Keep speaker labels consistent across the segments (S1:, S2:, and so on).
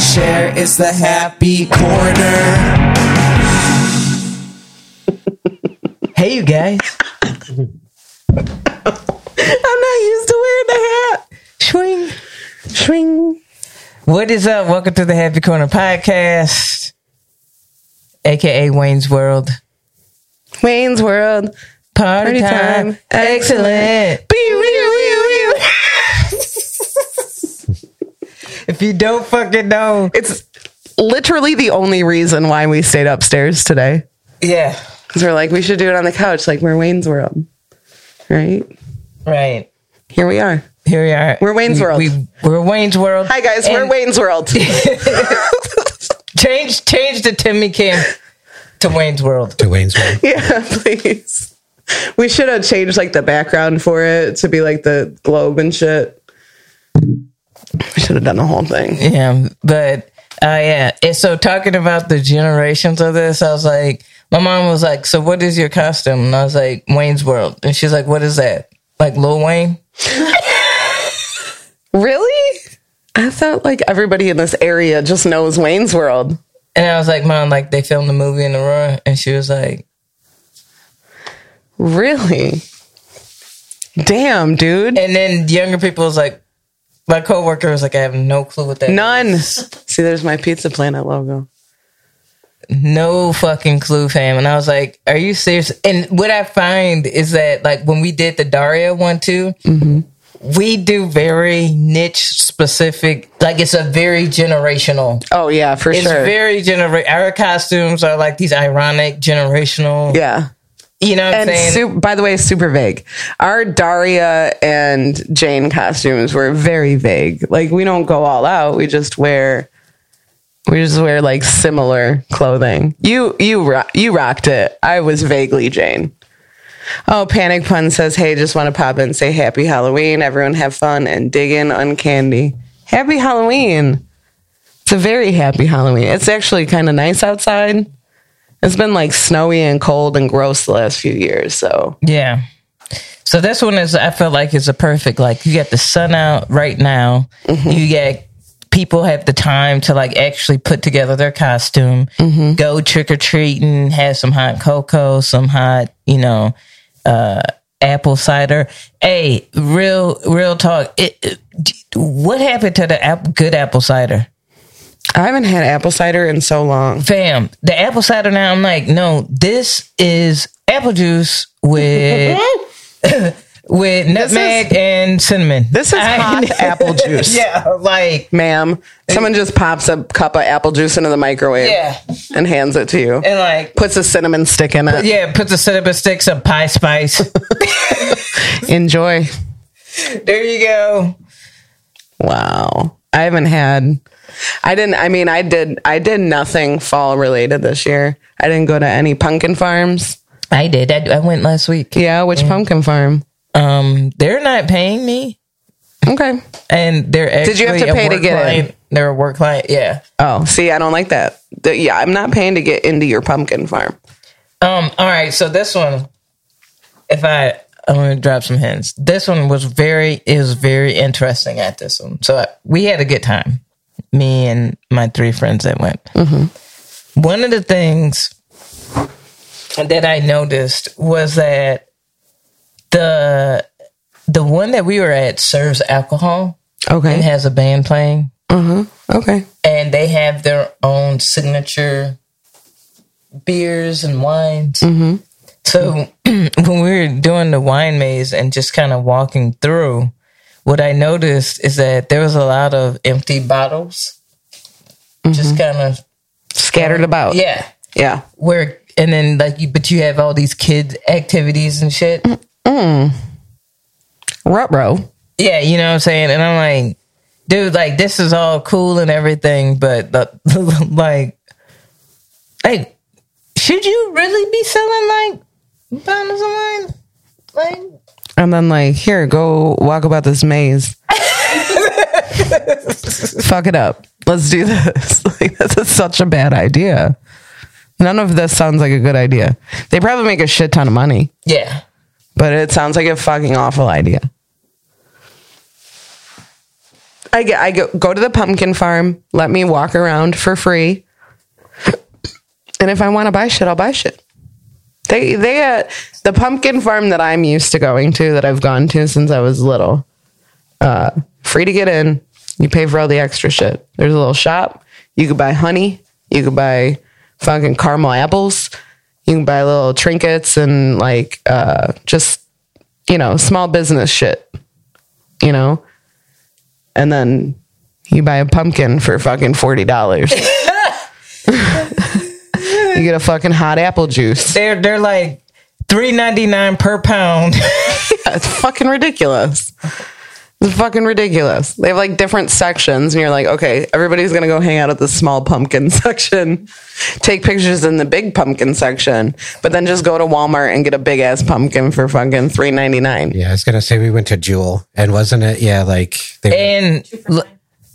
S1: It's the happy corner.
S2: Hey, you guys. I'm not used to wearing the hat. Swing, swing. What is up? Welcome to the Happy Corner Podcast, aka Wayne's World.
S3: Wayne's World. Party
S2: Party, time.
S3: time.
S2: Excellent. if you don't fucking know,
S3: It's literally the only reason why we stayed upstairs today.
S2: yeah,
S3: Because we're like, we should do it on the couch, like we're Wayne's World. Right?
S2: right.
S3: Here we are.
S2: Here we are.
S3: We're Wayne's
S2: We-
S3: World.
S2: We, we're Wayne's World.
S3: Hi guys, we're
S2: And
S3: Wayne's World.
S2: Change change the Timmy Camp to Wayne's World.
S1: To Wayne's World.
S3: yeah, please. We should have changed like the background for it to be like the globe and shit. We should have done the whole thing.
S2: Yeah, but uh, yeah. And so talking about the generations of this, I was like, my mom was like, "So what is your costume?" And I was like, "Wayne's World," and she's like, "What is that?" Like Lil Wayne.
S3: Really? I thought like everybody in this area just knows Wayne's World.
S2: And I was like, "Mom, like they filmed the movie in Aurora," and she was like,
S3: Really? Damn, dude.
S2: and then younger people was like, my coworker was like, "I have no clue what that."
S3: None. See, there's my Pizza Planet logo.
S2: no fucking clue, fam. And I was like, "Are you serious?" And what I find is that, like, when we did the Daria one too,
S3: Mm-hmm.
S2: we do very niche specific. Like, it's a very generational.
S3: Oh yeah, for
S2: It's
S3: sure.
S2: very genera Our costumes are like these ironic generational.
S3: yeah.
S2: You know what I'm
S3: And
S2: saying?
S3: su- by the way, super vague. Our Daria and Jane costumes were very vague. Like we don't go all out. We just wear we just wear like similar clothing. You you ro- you rocked it. I was vaguely Jane. Oh, Panic Pun says, "Hey, just want to pop in and say happy Halloween. Everyone have fun and dig in on candy. Happy Halloween." It's a very happy Halloween. It's actually kind of nice outside. It's been like snowy and cold and gross the last few years. So
S2: Yeah. So this one is I feel like it's a perfect like you got the sun out right now. You got people have the time to like actually put together their costume, go trick or treating, have some hot cocoa, some hot, you know, uh apple cider. Hey, real real talk. It, it- what happened to the app, good apple cider?
S3: I haven't had apple cider in so long.
S2: fam, the apple cider now. I'm like, no, this is apple juice with with nutmeg and cinnamon.
S3: This is
S2: I-
S3: hot apple juice.
S2: yeah, like
S3: Ma'am, someone just pops a cup of apple juice into the microwave
S2: yeah,
S3: and hands it to you.
S2: and like.
S3: Puts a cinnamon stick in it.
S2: Yeah, put the cinnamon sticks, some pie spice.
S3: Enjoy.
S2: there you go.
S3: Wow. I haven't had I didn't I mean I did I did nothing fall related this year. I didn't go to any pumpkin farms.
S2: I did. I, I went last week.
S3: Yeah, which pumpkin farm?
S2: Um, they're not paying me,
S3: Okay.
S2: and they're actually
S3: Did you have to
S2: a
S3: pay to
S2: work
S3: get in?
S2: client. They're a work client. Yeah.
S3: Oh, see, I don't like that. The- yeah, I'm not paying to get into your pumpkin farm.
S2: Um. All right. So this one, if I I'm gonna drop some hints. This one was very is very interesting at this one. So I, we had a good time, me and my three friends that went. One of the things that I noticed was that the the one that we were at serves alcohol and
S3: Okay. Mm-hmm.
S2: has a band playing,
S3: Okay.
S2: and they have their own signature beers and wines. So when we were doing the wine maze and just kind of walking through, what I noticed is that there was a lot of empty bottles, just kind of
S3: Scattered about.
S2: yeah.
S3: Yeah.
S2: Where and then like you, but you have all these kids activities and shit.
S3: Rutro.
S2: Yeah, you know what I'm saying. And I'm like, dude, like this is all cool and everything, but the, like, like, should you really be selling like bottles of wine? Like,
S3: And then like, here, go walk about this maze. Fuck it up. Let's do this. Like this is such a bad idea. None of this sounds like a good idea. They probably make a shit ton of money,
S2: yeah.
S3: but it sounds like a fucking awful idea. I get I go, go to the pumpkin farm. Let me walk around for free. And if I want to buy shit, I'll buy shit. They they uh, the pumpkin farm that I'm used to going to that I've gone to since I was little. Uh, free to get in. You pay for all the extra shit. There's a little shop. You could buy honey. You could buy fucking caramel apples. You can buy little trinkets and like uh, just you know small business shit. You know, and then you buy a pumpkin for fucking forty dollars. you get a fucking hot apple juice.
S2: They're they're like three ninety nine per pound.
S3: It's fucking ridiculous. It's fucking ridiculous. They have like different sections, and you're like, okay, everybody's gonna go hang out at the small pumpkin section, take pictures in the big pumpkin section, but then just go to Walmart and get a big ass pumpkin for fucking three ninety nine.
S4: Yeah, I was gonna say we went to Jewel, and wasn't it? Yeah, like
S3: Eh.
S4: they,
S2: and l-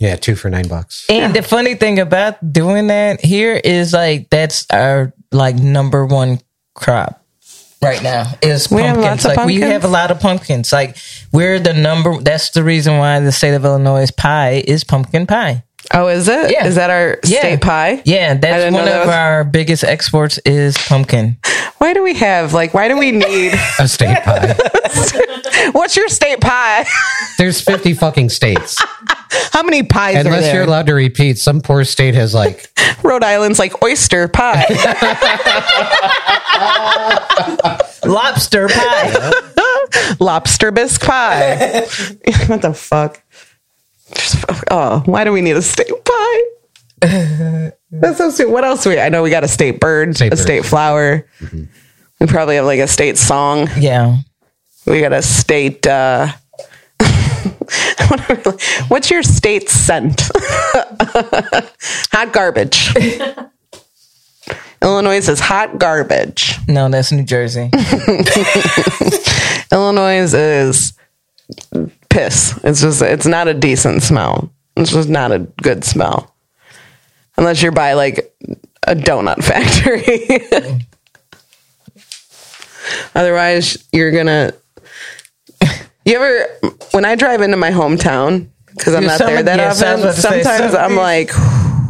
S4: yeah, two for nine bucks.
S2: and the funny thing about doing that here is like that's our like number one crop right now is
S3: We have
S2: pumpkins.
S3: lots of
S2: like we
S3: pumpkins?
S2: have a lot of pumpkins. Like we're the number. That's the reason why the state of Illinois pie is pumpkin pie.
S3: Oh, is it? Is
S2: Yeah.
S3: that our
S2: Yeah.
S3: state pie?
S2: Yeah,
S3: I
S2: that's
S3: didn't
S2: one
S3: know that
S2: of
S3: was-
S2: our biggest exports is pumpkin.
S3: Why do we have like? Why do we need?
S4: A state pie.
S3: what's your state pie?
S4: There's 50 fucking states.
S3: How many pies are
S4: Unless
S3: there?
S4: you're allowed to repeat, some poor state has like
S3: Rhode Island's like oyster pie.
S2: Lobster pie.
S3: lobster bisque pie. what the fuck? Just fuck- Oh, why do we need a state pie? That's so sweet. What else do we? I know we got a state bird,
S4: State
S3: a
S4: bird. Mm-hmm.
S3: state flower. We probably have like a state song.
S2: yeah.
S3: We got a state. uh What's your state scent? hot garbage. Illinois is hot garbage.
S2: No, that's New Jersey.
S3: Illinois is piss. It's just it's not a decent smell. It's just not a good smell. Unless you're by like a donut factory. Otherwise, you're gonna You ever when I drive into my hometown because I'm
S2: Yeah,
S3: not
S2: some-
S3: there that
S2: yeah, so I
S3: often,
S2: was about to say,
S3: sometimes
S2: some
S3: I'm
S2: of
S3: like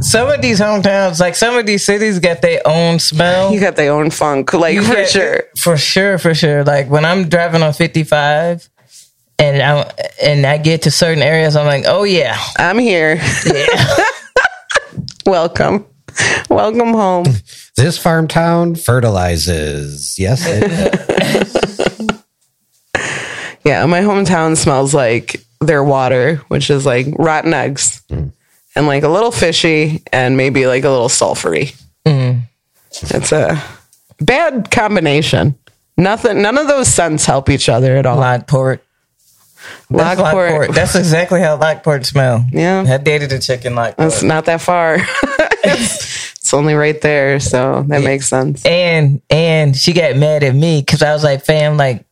S2: some of these hometowns, like some of these cities, got their own smell.
S3: you got their own funk like
S2: You
S3: for
S2: got-
S3: sure.
S2: for sure, for sure. Like when I'm driving on 55, and I and I get to certain areas, I'm like, oh yeah,
S3: I'm here. Welcome. Welcome home.
S4: this farm town fertilizes. Yes, it is.
S3: Yeah, my hometown smells like their water, which is like rotten eggs and like a little fishy and maybe like a little sulfury. It's a bad combination. Nothing, none of those scents help each other at all.
S2: Lockport. That's
S3: Lockport.
S2: That's exactly how Lockport smell.
S3: Yeah.
S2: I dated a chick in Lockport,
S3: That's not that far. it's, it's only right there. So that makes sense.
S2: and and she got mad at me because I was like, fam, like.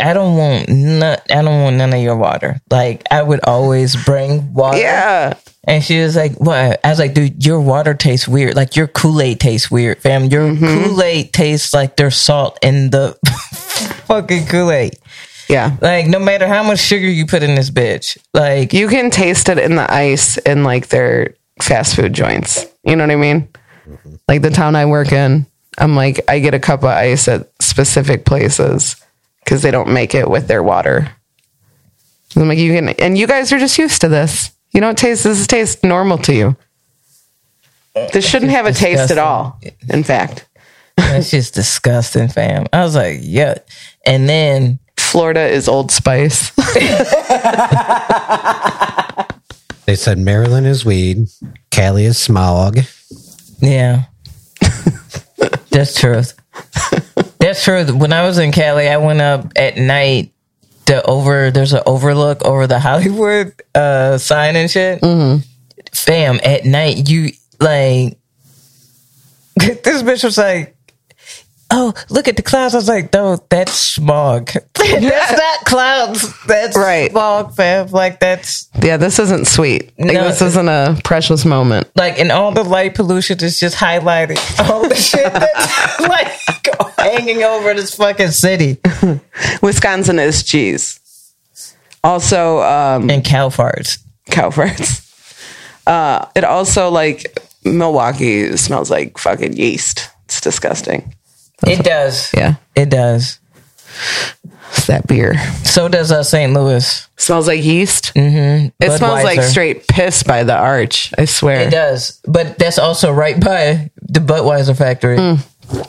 S2: I don't want none, I don't want none of your water. Like I would always bring water.
S3: Yeah.
S2: And she was like, "What?" I was like, "Dude, your water tastes weird. Like your Kool Aid tastes weird, fam. Your Kool Aid tastes like there's salt in the fucking Kool Aid.
S3: Yeah.
S2: Like no matter how much sugar you put in this bitch, like
S3: You can taste it in the ice in like their fast food joints. You know what I mean? Like the town I work in, I'm like, I get a cup of ice at specific places because they don't make it with their water. And I'm like, you can, and you guys are just used to this. You don't taste this tastes normal to you. This shouldn't have a taste at
S2: disgusting.
S3: all. In fact,
S2: that's just disgusting, fam." I was like, "Yeah," and then
S3: Florida is Old Spice.
S4: They said Maryland is weed, Cali is smog.
S2: yeah, that's truth. That's truth. When I was in Cali, I went up at night to over. There's an overlook over the Hollywood uh, sign and shit. fam, at night, you like this bitch was like, Oh, look at the clouds. I was like, no, that's smog. that's not clouds. That's
S3: Right.
S2: smog, fam. Like that's
S3: yeah, this isn't sweet. Like,
S2: No.
S3: this isn't a precious moment.
S2: like and all the light pollution is just highlighting all the shit that's like hanging over this fucking city.
S3: Wisconsin is cheese. Also, um,
S2: And cow farts.
S3: cow farts. Uh, it also like Milwaukee smells like fucking yeast. It's disgusting.
S2: It does.
S3: Yeah,
S2: It does.
S3: it's that beer.
S2: So does uh, St. Louis.
S3: Smells like yeast. Mm-hmm. It smells like
S2: Budweiser.
S3: straight piss by the arch. I swear.
S2: It does. But that's also right by the Budweiser factory.
S3: Mm.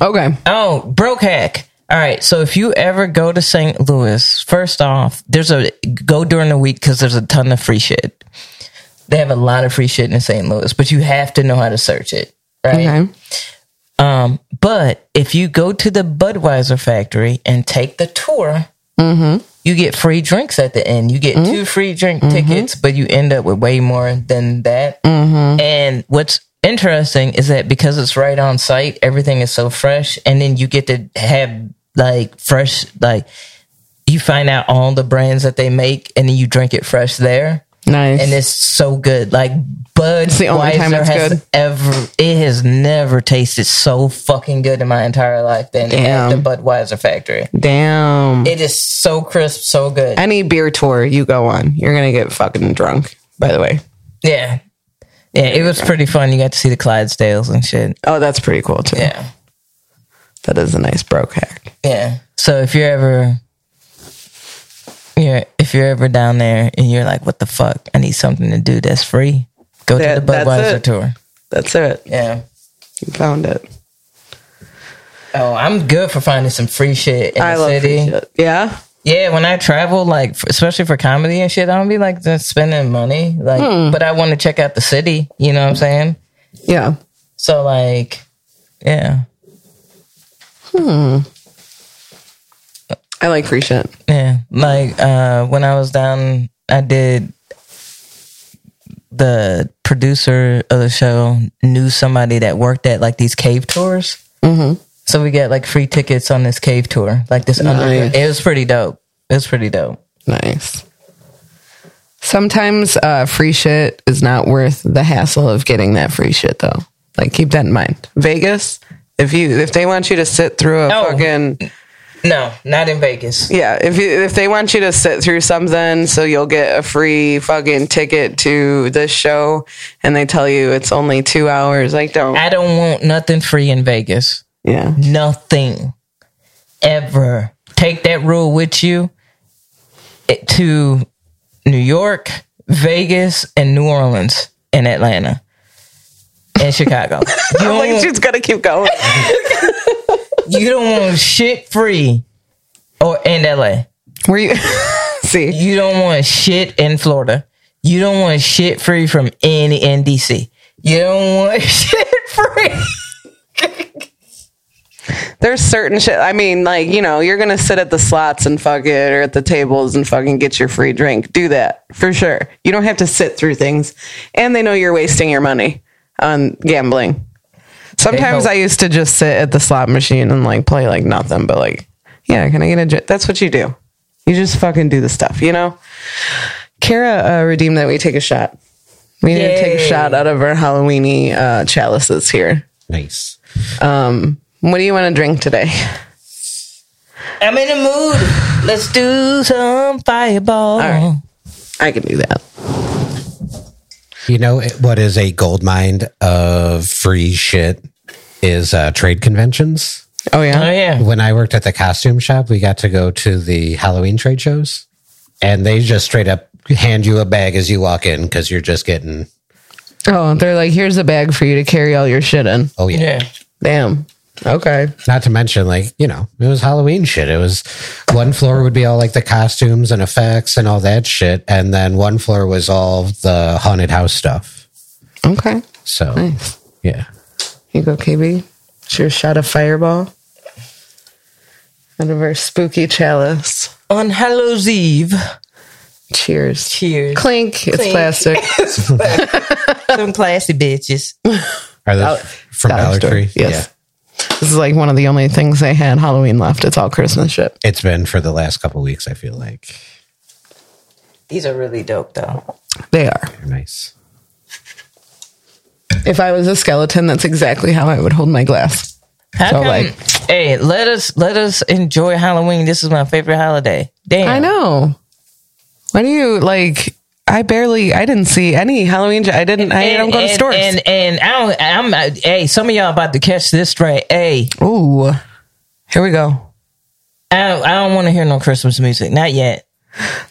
S3: Okay.
S2: Oh, broke hack. All right. So if you ever go to St. Louis, first off, there's a go during the week because there's a ton of free shit. They have a lot of free shit in St. Louis, but you have to know how to search it. Right.
S3: Okay.
S2: Um, but if you go to the Budweiser factory and take the tour, you get free drinks at the end. You get two free drink tickets, but you end up with way more than that. And what's interesting is that because it's right on site, everything is so fresh, and then you get to have like fresh, like you find out all the brands that they make, and then you drink it fresh there
S3: Nice.
S2: and it's so good. Like Budweiser
S3: the only time it's
S2: has
S3: good.
S2: ever it has never tasted so fucking good in my entire life than at
S3: Damn.
S2: the Budweiser factory.
S3: Damn.
S2: It is so crisp, so good.
S3: Any beer tour you go on, you're gonna get fucking drunk. By the way.
S2: yeah. Yeah, it was pretty fun. You got to see the Clydesdales and shit.
S3: Oh, that's pretty cool too.
S2: Yeah.
S3: That is a nice broke hack.
S2: Yeah. So if you're ever yeah, if you're ever down there and you're like, what the fuck? I need something to do that's free. Go to
S3: That-
S2: the
S3: that's
S2: Budweiser
S3: it.
S2: tour.
S3: That's it.
S2: Yeah.
S3: You found it.
S2: Oh, I'm good for finding some free shit in
S3: I
S2: the
S3: love
S2: city.
S3: free shit. Yeah.
S2: Yeah, when I travel, like f- especially for comedy and shit, I don't be like just spending money. Like, but I want to check out the city. You know what I'm saying?
S3: Yeah.
S2: So like, yeah,
S3: I like free shit.
S2: yeah. Like uh, when I was down, I did the producer of the show knew somebody that worked at like these cave tours. Mm-hmm. So we got like free tickets on this cave tour. Like this, underground. it was pretty dope. It was pretty dope.
S3: Nice. Sometimes uh, free shit is not worth the hassle of getting that free shit though. Like keep that in mind. Vegas, if you if they want you to sit through a
S2: Oh.
S3: fucking
S2: No, not in Vegas.
S3: Yeah, if you, if they want you to sit through something, so you'll get a free fucking ticket to this show, and they tell you it's only two hours, like don't.
S2: I don't want nothing free in Vegas.
S3: Yeah,
S2: nothing ever. Take that rule with you it- to New York, Vegas, and New Orleans, and Atlanta, and Chicago. You don't,
S3: like
S2: want-
S3: she's gonna keep going.
S2: you don't want shit free, or in LA.
S3: Were you? See,
S2: You don't want shit in Florida. You don't want shit free from any NDC. You don't want shit free.
S3: there's certain shit. I mean, like you know, you're gonna sit at the slots and fuck it, or at the tables and fucking get your free drink. Do that for sure. You don't have to sit through things, and they know you're wasting your money on gambling. Sometimes
S2: hope.
S3: I used to just sit at the slot machine and like play like nothing, but like, yeah, can I get a drink? That's what you do. You just fucking do the stuff, you know? Kara uh, redeemed that we take a shot. We need to take a
S2: Yay.
S3: shot out of our Halloweeny uh, chalices here.
S4: Nice.
S3: What do you want to drink today?
S2: I'm in the mood. Let's do some fireball.
S3: right. I can do that.
S4: You know it- what is a gold mine of free shit is uh, trade conventions.
S3: Oh, yeah?
S2: Oh yeah.
S4: When I worked at the costume shop, we got to go to the Halloween trade shows, and they just straight up hand you a bag as you walk in because you're just getting
S3: Oh, they're like, here's a bag for you to carry all your shit in.
S4: oh yeah.
S2: Yeah.
S3: Damn. Okay.
S4: Not to mention like you know it was Halloween shit. It was one floor would be all like the costumes and effects and all that shit, and then one floor was all the haunted house stuff.
S3: Okay.
S4: So
S3: Nice.
S4: yeah,
S3: You go, KB. It's your shot of fireball out of our spooky chalice.
S2: On Hallows Eve.
S3: Cheers.
S2: Cheers.
S3: Clink. It's
S2: Clink.
S3: plastic.
S2: Some classy bitches.
S4: are those from Dollar,
S3: Store.
S4: Tree?
S3: Yes. This is like one of the only things they had Halloween left. It's all Christmas shit.
S4: it's been for the last couple weeks. I feel like
S2: These are really dope though.
S3: They are.
S4: they're nice.
S3: If I was a skeleton, that's exactly how I would hold my glass.
S2: How
S3: So,
S2: come-
S3: like-
S2: hey, let us let us enjoy Halloween. This is my favorite holiday. Damn.
S3: I know. Why do you like? I barely, I didn't see any Halloween. I didn't, I don't go to
S2: and,
S3: stores.
S2: And and I don't. I'm. I, hey, some of y'all about to catch this straight. Hey,
S3: Ooh, here we go.
S2: I don't, I don't want to hear no Christmas music. Not yet.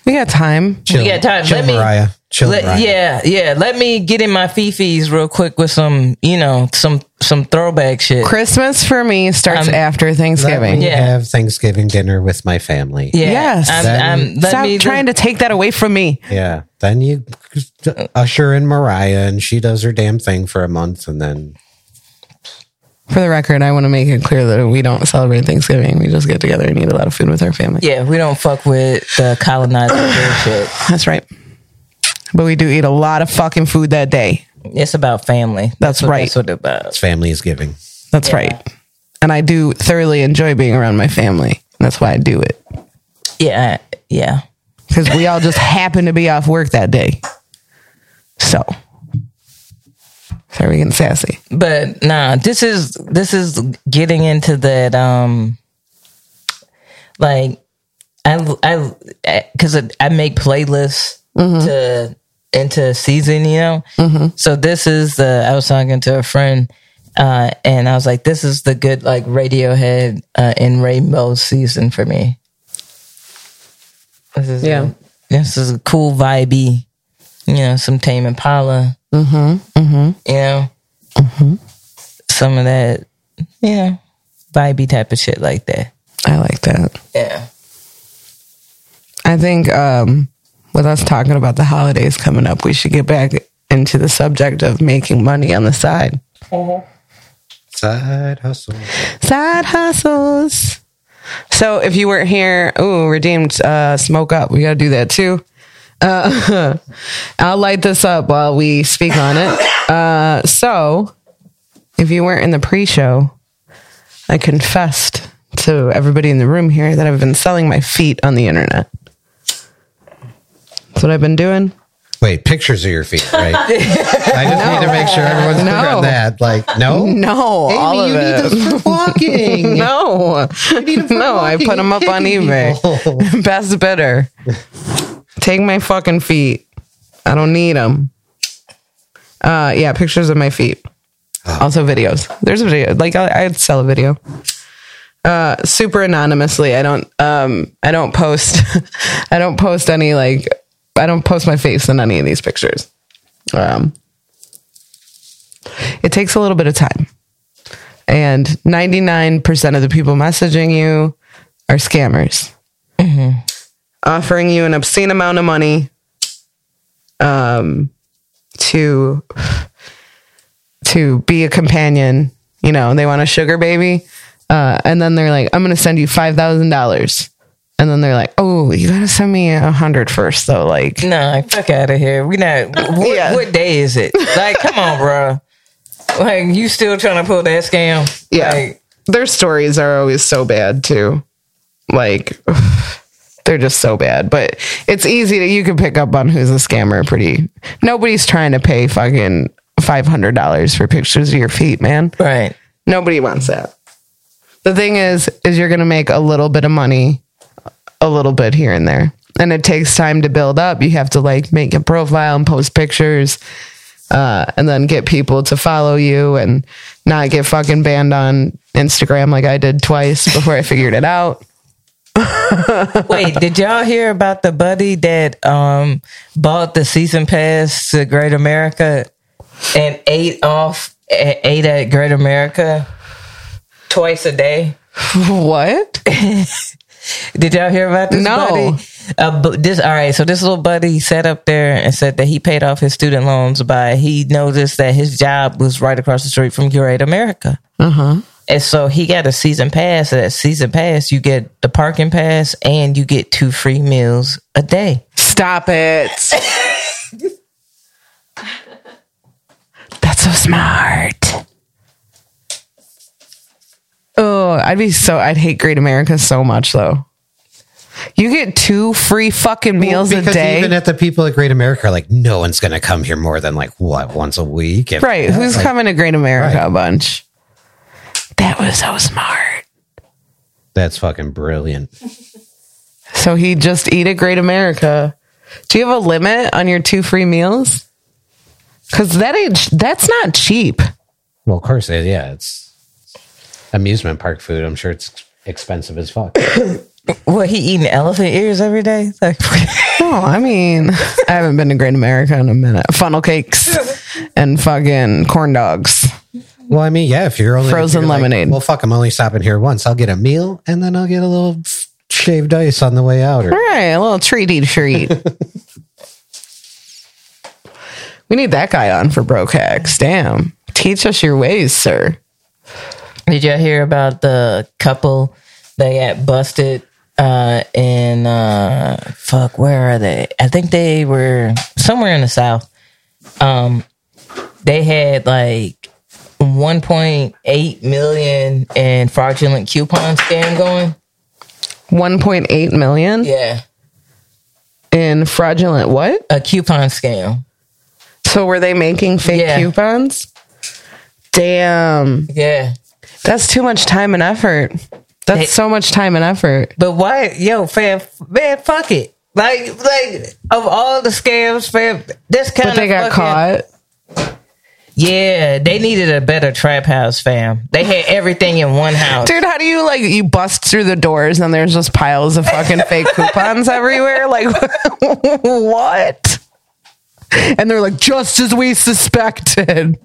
S3: We got time.
S4: Chill,
S2: got time.
S4: chill
S2: Let me-
S4: Mariah. Chill
S2: Let-
S4: Mariah.
S2: yeah, yeah. Let me get in my fifis real quick with some, you know, some some throwback shit.
S3: Christmas for me starts
S2: Um,
S3: after
S4: Let
S3: Thanksgiving.
S4: me
S2: Yeah.
S4: have Thanksgiving dinner with my family.
S2: yeah,
S3: Yes.
S2: I'm,
S4: That-
S2: I'm, let
S3: Stop
S2: me
S3: trying to take that away from me.
S4: Yeah. Then you usher in Mariah and she does her damn thing for a month and then
S3: For the record, I want to make it clear that we don't celebrate Thanksgiving. We just get together and eat a lot of food with our family.
S2: Yeah, we don't fuck with the colonizer bullshit.
S3: That's right. But we do eat a lot of fucking food that day.
S2: It's about family.
S3: That's
S2: what,
S3: right.
S2: That's what it's about.
S4: family is giving.
S3: That's right. And I do thoroughly enjoy being around my family. That's why I do it.
S2: uh, Yeah, I- yeah.
S3: Because we all just happen to be off work that day. So, sorry, we getting sassy.
S2: But nah, this is this is getting into that. Um, like I I because I, make playlists to into season, you know. So this is the I was talking to a friend. Uh, and I was like, "This is the good like Radiohead uh, in Rainbow season for me." This is
S3: Yeah.
S2: a- this is a cool vibey, you know, some Tame Impala, mm-hmm, mm-hmm. you know, some of that, you know, vibey type of shit like that.
S3: I like that.
S2: Yeah.
S3: I think um, with us talking about the holidays coming up, we should get back into the subject of making money on the side.
S4: Side hustle.
S3: Side hustles. So if you weren't here, ooh, redeemed uh, smoke up. We got to do that too. Uh, I'll light this up while we speak on it. Uh, so if you weren't in the pre show, I confessed to everybody in the room here that I've been selling my feet on the internet. That's what I've been doing.
S4: Wait, pictures of your feet, right? I just need to make sure everyone's clear
S3: No.
S4: on that. Like, no,
S3: No,
S4: Amy,
S3: all of
S4: you need
S3: it.
S4: those for walking.
S3: No, no, I put them up on eBay. Best bidder. Take my fucking feet. I don't need them. Uh, yeah, pictures of my feet.
S4: Ah.
S3: Also videos. There's a video. Like I, I'd sell a video. Uh, super anonymously. I don't. Um, I don't post. I don't post any like. I don't post my face in any of these pictures. Um, it takes a little bit of time and 99% of the people messaging you are scammers offering you an obscene amount of money um, to to be a companion you know they want a sugar baby uh, and then they're like i'm gonna send you $5000 and then they're like oh you gotta send me a hundred first though like
S2: No, like, fuck out of here. We not. What,
S3: Yeah.
S2: what day is it? Like, come on, bro. Like, you still trying to pull that scam?
S3: Yeah.
S2: Like,
S3: Their stories are always so bad too. Like they're just so bad. But it's easy to you can pick up on who's a scammer pretty nobody's trying to pay fucking five hundred dollars for pictures of your feet, man.
S2: right.
S3: Nobody wants that. The thing is, is you're gonna make a little bit of money, a little bit here and there. And it takes time to build up. You have to like make a profile and post pictures, uh, and then get people to follow you and not get fucking banned on Instagram like I did twice before I figured it out.
S2: Wait, did y'all hear about the buddy that um bought the season pass to Great America and ate off a- ate at Great America twice a day?
S3: What?
S2: Did y'all hear about this?
S3: No.
S2: buddy? Uh, bu- this all right. So this little buddy sat up there and said that he paid off his student loans by he noticed that his job was right across the street from Curate America. Uh huh. And so he got a season pass. And that season pass, you get the parking pass and you get two free meals a day.
S3: Stop it. That's so smart. Oh, I'd be so I'd hate Great America so much though. You get two free fucking meals a
S4: because
S3: day.
S4: even at the people at Great America are like, no one's going to come here more than like what once a week. If-
S3: right. Who's
S4: like,
S3: coming to Great America
S4: Right.
S3: a bunch? That was so smart.
S4: That's fucking brilliant.
S3: So he'd just eat at Great America Do you have a limit on your two free meals? Because that age, that's not cheap.
S4: Well, of course, it, yeah, it's amusement park food. I'm sure it's expensive as fuck.
S2: What he eating elephant ears every day? Like,
S3: No, Oh, I mean, I haven't been to Great America in a minute. Funnel cakes and fucking corn dogs.
S4: well, I mean, yeah, if you're only
S3: Frozen
S4: if you're like,
S3: lemonade.
S4: well, fuck, I'm only stopping here once. I'll get a meal and then I'll get a little shaved ice on the way out. Or
S3: All right, a little treaty treat. we need that guy on for broke hacks. Damn, teach us your ways, sir.
S2: did y'all hear about the couple that got busted uh, in uh, fuck? Where are they? I think they were somewhere in the south. Um, they had like 1.8 million in fraudulent coupon scam going.
S3: 1.8 million
S2: Yeah,
S3: in fraudulent what?
S2: a coupon scam.
S3: So were they making fake
S2: Yeah.
S3: coupons? Damn,
S2: Yeah.
S3: that's too much time and effort. That's
S2: They-
S3: so much time and effort.
S2: But why, yo, fam, man, fuck it. Like, like of all the scams, fam, this kind
S3: But
S2: of
S3: they got
S2: fucking-
S3: caught.
S2: Yeah, they needed a better trap house, fam. They had everything in one house.
S3: Dude, how do you like you bust through the doors and there's just piles of fucking fake coupons everywhere? Like what? And they're like, just as we suspected.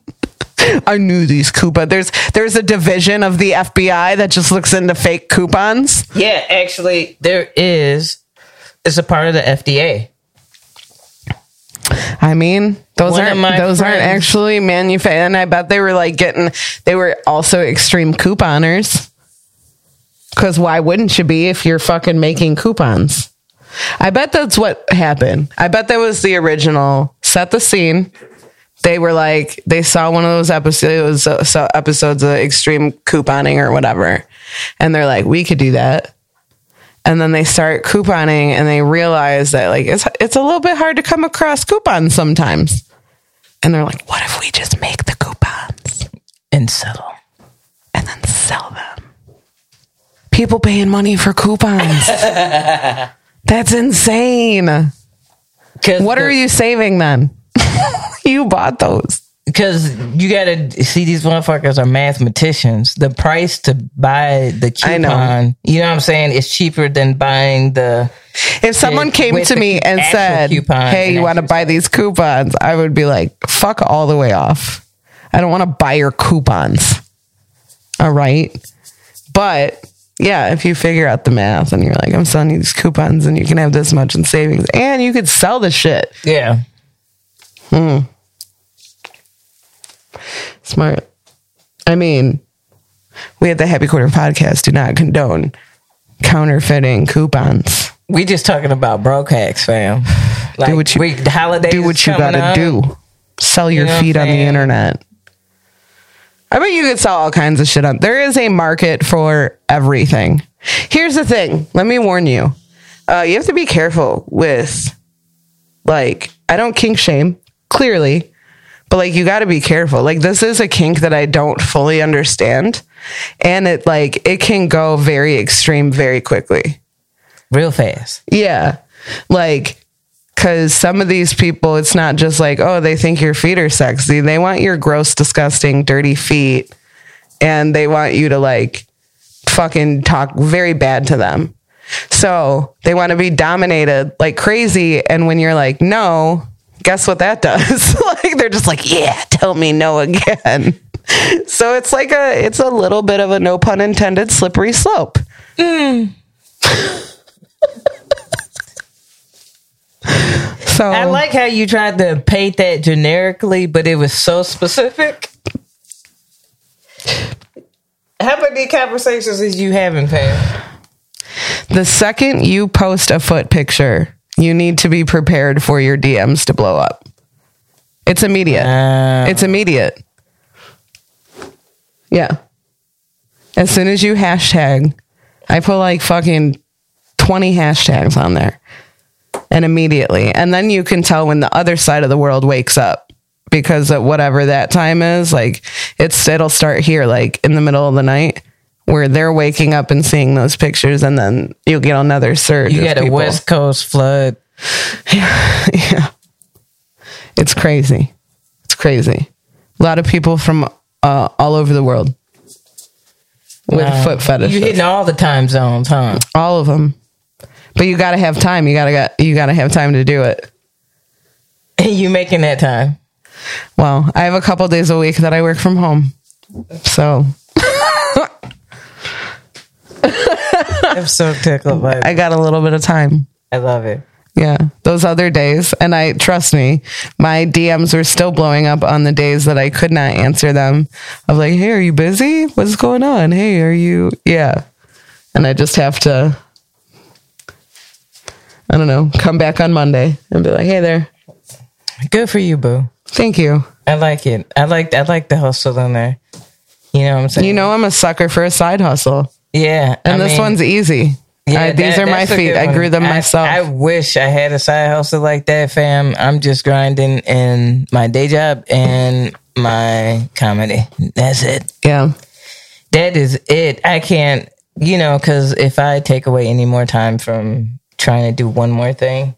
S3: I knew these coupons. There's there's a division of the FBI that just looks into fake coupons.
S2: Yeah, actually, there is. It's a part of the FDA.
S3: I mean, those
S2: One of
S3: aren't
S2: my
S3: those aren't
S2: friends-
S3: actually manufactured. And I bet they were like getting they were also extreme couponers. Cause why wouldn't you be if you're fucking making coupons? I bet that's what happened. I bet that was the original set the scene. They were like they saw one of those episodes so episodes of extreme couponing or whatever, and they're like, we could do that and then they start couponing and they realize that like it's it's a little bit hard to come across coupons sometimes. And they're like, what if we just make the coupons
S2: And settle.
S3: and then sell them? People paying money for coupons. That's insane.
S2: Cause
S3: What are you saving then? you bought those.
S2: Because you gotta see these motherfuckers are mathematicians. The price to buy the
S3: I
S2: coupon,
S3: know.
S2: you know what I'm saying, is cheaper than buying the
S3: If someone came
S2: with
S3: to
S2: the
S3: me and
S2: actual
S3: said,
S2: coupons
S3: "Hey,
S2: and
S3: you want to
S2: actual
S3: buy these coupons?" I would be like, "Fuck all the way off. I don't want to buy your coupons." All right. But yeah, if you figure out the math and you're like, "I'm selling you these coupons and you can have this much in savings and you could sell the shit."
S2: yeah.
S3: Smart. I mean, we at the Happy Quarter podcast do not condone counterfeiting coupons.
S2: We just talking about broke hacks, fam. Like
S3: what you-
S2: we, the holidays
S3: do what
S2: is
S3: you
S2: coming
S3: gotta
S2: up.
S3: do. Sell your
S2: know what I'm
S3: feet on the
S2: saying?
S3: internet. I bet you could sell all kinds of shit on. There is a market for everything. Here's the thing. Let me warn you. Uh, you have to be careful with, like, I don't kink shame clearly, but like you got to be careful. Like this is a kink that I don't fully understand, and it like it can go very extreme very quickly.
S2: real fast.
S3: Yeah. Like, because some of these people, it's not just like, oh, they think your feet are sexy. They want your gross, disgusting, dirty feet. And they want you to like fucking talk very bad to them. So they want to be dominated like crazy. And when you're like, no, guess what that does? like, they're just like, yeah, tell me no again. so it's like a, it's a little bit of a no pun intended slippery slope.
S2: Mm.
S3: So
S2: I like how you tried to paint that generically, but it was so specific. How many conversations is you having, Pam?
S3: The second you post a foot picture, you need to be prepared for your DMs to blow up. It's immediate. it's immediate. Yeah. As soon as you hashtag, I put like fucking 20 hashtags on there and immediately. And then you can tell when the other side of the world wakes up because at whatever that time is, like it's it'll start here, like in the middle of the night, where they're waking up and seeing those pictures, and then you'll get another surge.
S2: You
S3: of
S2: got a
S3: people.
S2: West Coast flood
S3: Yeah. yeah. It's crazy. It's crazy. A lot of people from uh, all over the world with
S2: Wow.
S3: foot fetishes.
S2: Uh, You hitting all the time zones, huh?
S3: all of them. But you got to have time. You got to got you got to have time to do it.
S2: you making that time.
S3: Well, I have a couple days a week that I work from home. So,
S2: I'm so tickled by it.
S3: I got a little bit of time.
S2: I love it.
S3: Yeah, those other days. And I trust me, my DMs were still blowing up on the days that I could not answer them. Of like, hey, are you busy? What's going on? Hey, are you? Yeah. And I just have to, I don't know, come back on Monday and be like, hey there,
S2: Good for you, boo.
S3: thank you.
S2: I like it. I like I like the hustle in there. You know what I'm saying?
S3: You know, I'm a sucker for a side hustle.
S2: yeah.
S3: And
S2: I
S3: this
S2: mean,
S3: one's easy. I,
S2: that-
S3: Uh, these are my
S2: that's a
S3: feet.
S2: good
S3: I
S2: one.
S3: grew them
S2: I-
S3: myself.
S2: I wish I had a side hustle like that, fam. I'm just grinding in my day job and my comedy. That's it.
S3: yeah.
S2: That is it. I can't, you know, because if I take away any more time from trying to do one more thing,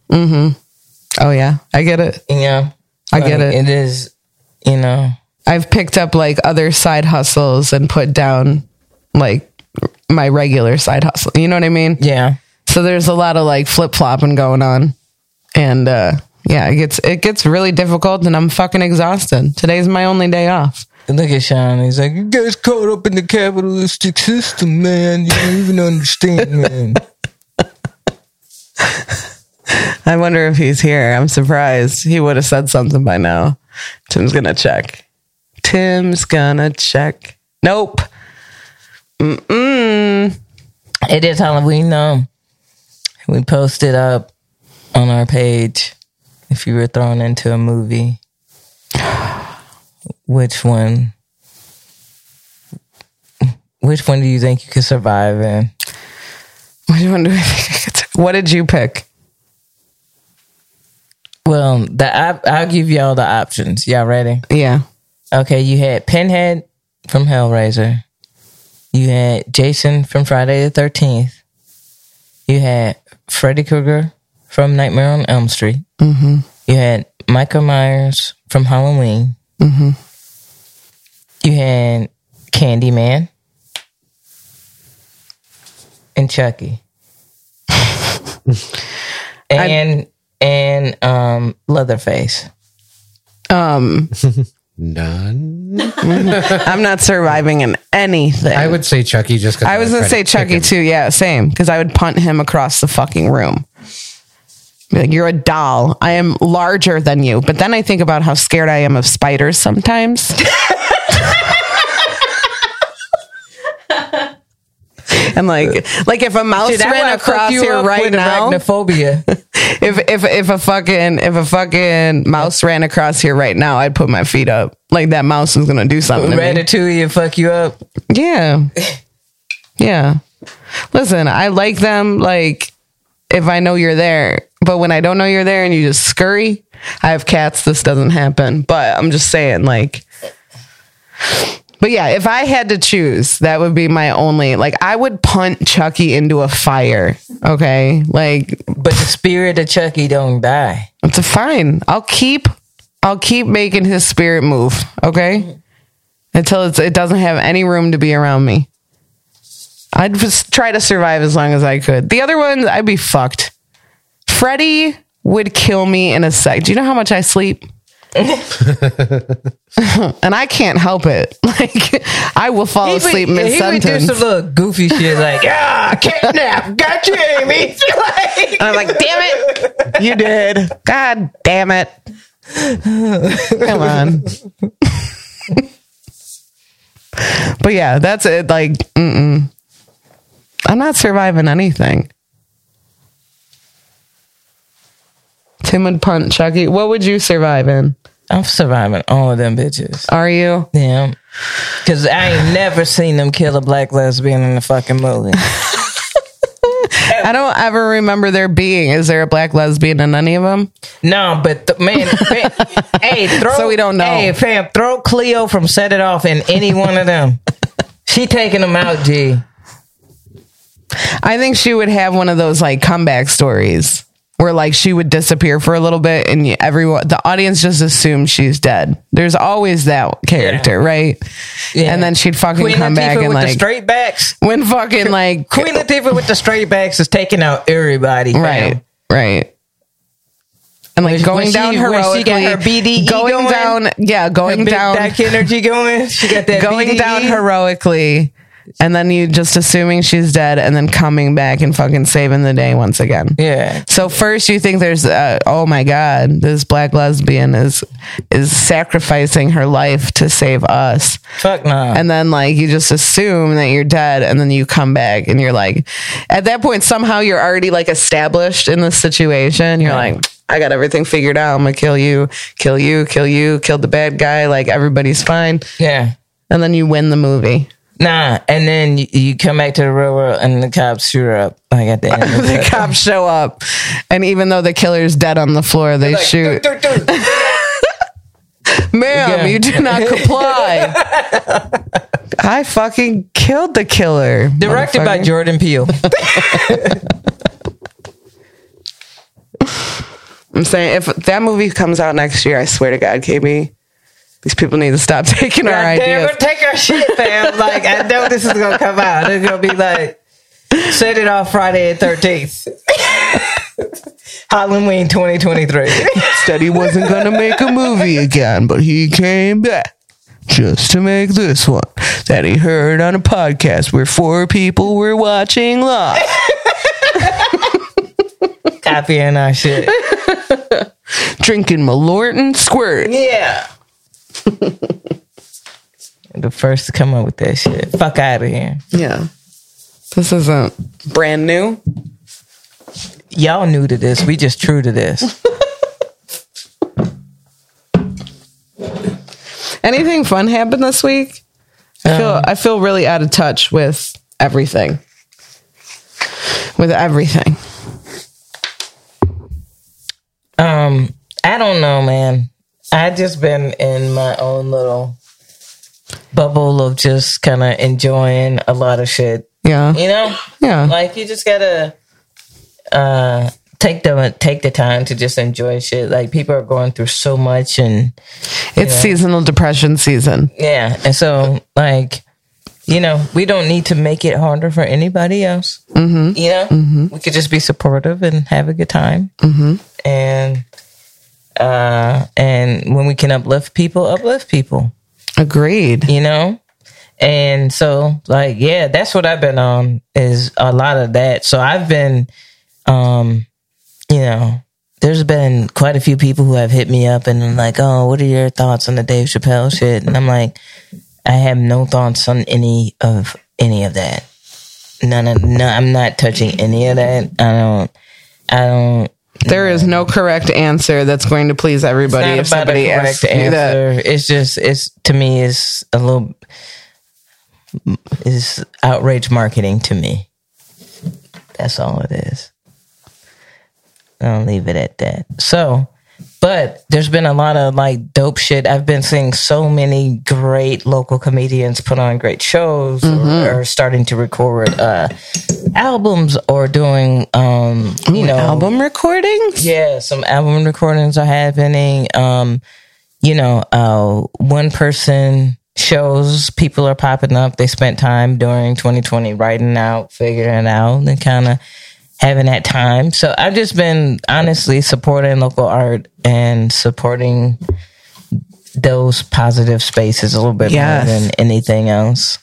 S3: Oh, yeah. I get it.
S2: you know,
S3: I get
S2: like,
S3: it.
S2: It is, you know,
S3: I've picked up like other side hustles and put down like my regular side hustle. You know what I mean?
S2: yeah.
S3: So there's a lot of like flip flopping going on. And uh yeah, it gets it gets really difficult and I'm fucking exhausted. Today's my only day off.
S2: Look at Sean. He's like, you guys caught up in the capitalistic system, man. You don't even understand, man.
S3: I wonder if he's here. I'm surprised. He would have said something by now. Tim's gonna check. Tim's gonna check. Nope.
S2: It is Halloween, though. We posted up on our page if you were thrown into a movie. Which one? Which one do you think you could survive in?
S3: Which one do I think I could t- What did you pick?
S2: Well, the op- I'll give y'all the options. Y'all ready?
S3: Yeah.
S2: Okay, you had Pinhead from Hellraiser. You had Jason from Friday the Thirteenth. You had Freddy Krueger from Nightmare on Elm Street. Mm-hmm. You had Michael Myers from Halloween. Mm-hmm. You had Candyman and Chucky, and and um, Leatherface.
S3: Um
S4: None.
S3: I'm not surviving in anything.
S4: I would say Chucky just because
S3: I was gonna say Chucky too. Yeah, same. Because I would punt him across the fucking room. Be like, you're a doll. I am larger than you. But then I think about how scared I am of spiders sometimes. and like, like if a mouse
S2: Dude, I wanna
S3: ran
S2: hook
S3: across
S2: you
S3: here
S2: up
S3: right
S2: with
S3: now,
S2: Arachnophobia.
S3: if if if a fucking if a fucking mouse ran across here right now, I'd put my feet up. Like that mouse is gonna do something. to me.
S2: Ratatouille and fuck you up.
S3: Yeah. Yeah. Listen, I like them like if I know you're there, but when I don't know you're there and you just scurry, I have cats, this doesn't happen. But I'm just saying, like, but yeah, if I had to choose, that would be my only, like, I would punt Chucky into a fire. Okay. Like,
S2: But the spirit of Chucky don't die.
S3: it's fine. I'll keep I'll keep making his spirit move, okay? Until it's it doesn't have any room to be around me. I'd just try to survive as long as I could. The other ones, I'd be fucked. Freddy would kill me in a sec. Do you know how much I sleep? and I can't help it. Like I will fall asleep mid
S2: he would do
S3: sentence.
S2: some little goofy shit like, ah, kidnap, got you, Amy. like,
S3: And I'm like, damn it. You did. God damn it. Come on. but yeah, that's it. Like, mm-mm. I'm not surviving anything. Tim would punt Chucky. What would you survive in?
S2: I'm surviving all of them bitches.
S3: Are you?
S2: Damn. Cause I ain't never seen them kill a black lesbian in a fucking movie.
S3: I don't ever remember there being. Is there a black lesbian in any of them?
S2: No, but th- man, man hey, throw
S3: So we don't know.
S2: Hey, fam, throw Cleo from Set It Off in any one of them. she taking them out, G.
S3: I think she would have one of those like comeback stories. where like she would disappear for a little bit and you- everyone the audience just assumes she's dead. There's always that character, right?
S2: Yeah.
S3: And then she'd fucking
S2: Queen
S3: come
S2: Latifah
S3: back and
S2: with
S3: like
S2: the straight backs.
S3: when fucking like
S2: Queen Latifah with the straight backs is taking out everybody. fam.
S3: right, right. And like
S2: When-
S3: going
S2: when she-
S3: down
S2: when she
S3: heroically,
S2: got her BDE
S3: going
S2: going,
S3: down, yeah,
S2: Her
S3: going
S2: big
S3: down,
S2: back energy going. She got that E.
S3: going
S2: BDE.
S3: down heroically, and then you just assuming she's dead, and then coming back and fucking saving the day once again.
S2: Yeah.
S3: So first you think there's uh, oh my god this black lesbian is is sacrificing her life to save us
S2: Fuck nah.
S3: and then like you just assume that you're dead and then you come back and you're like at that point somehow you're already like established in this situation you're like I got everything figured out I'm gonna kill you kill you kill you killed the bad guy like everybody's fine
S2: yeah.
S3: and then you win the movie
S2: Nah. And then you, you come back to the real world and the cops shoot her up. Like at the end. of
S3: the cops show up and even though the killer's dead on the floor they shoot
S2: Like, "Doo, doo, doo."
S3: Ma'am,
S2: Yeah.
S3: you do not comply. I fucking killed the killer.
S2: Directed by
S3: motherfucker.
S2: Jordan Peele.
S3: I'm saying if that movie comes out next year, I swear to God, KB, these people need to stop taking our
S2: God damn
S3: ideas.
S2: it, take our shit, fam. Like, I know this is gonna come out. It's gonna be like, set it off Friday the 13th. Halloween 2023.
S3: Said he wasn't gonna make a movie again, but he came back just to make this one that he heard on a podcast where four people were watching live.
S2: Copying our shit.
S3: Drinking Malorton Squirt.
S2: Yeah. the first to come up with that shit. Fuck out of here.
S3: Yeah. This isn't brand new.
S2: Y'all new to this. We just true to this.
S3: Anything fun happened this week? I
S2: Um,
S3: feel I feel really out of touch with everything. With everything.
S2: Um, I don't know, man. I just been in my own little bubble of just kind of enjoying a lot of shit.
S3: Yeah.
S2: You know,
S3: Yeah.
S2: like you just gotta uh, take the take the time to just enjoy shit. Like people are going through so much, and
S3: It's seasonal depression season.
S2: yeah, and so like you know, we don't need to make it harder for anybody else. Mm-hmm. You know, we could just be supportive and have a good time, mm-hmm. and uh, and when we can uplift people, uplift people.
S3: Agreed.
S2: you know and so like yeah that's what i've been on is a lot of that so i've been um you know there's been quite a few people who have hit me up and been like oh what are your thoughts on the dave chappelle shit and i'm like i have no thoughts on any of any of that none of no i'm not touching any of that i don't i don't
S3: There is no correct answer that's going to please everybody if
S2: it's not about
S3: somebody
S2: a
S3: asks
S2: correct
S3: you that.
S2: answer. It's just it's to me it's a little is outrage marketing to me. That's all it is. I'll leave it at that. So, but there's been a lot of like dope shit. I've been seeing so many great local comedians put on great shows or, or starting to record uh, albums or doing um, you know
S3: Album recordings?
S2: yeah, some album recordings are happening. Um, you know, uh, one person shows people are popping up. They spent time during 2020 writing out, figuring out, and kind of having that time. So I've just been honestly supporting local art and supporting those positive spaces a little bit
S3: Yes.
S2: more than anything else.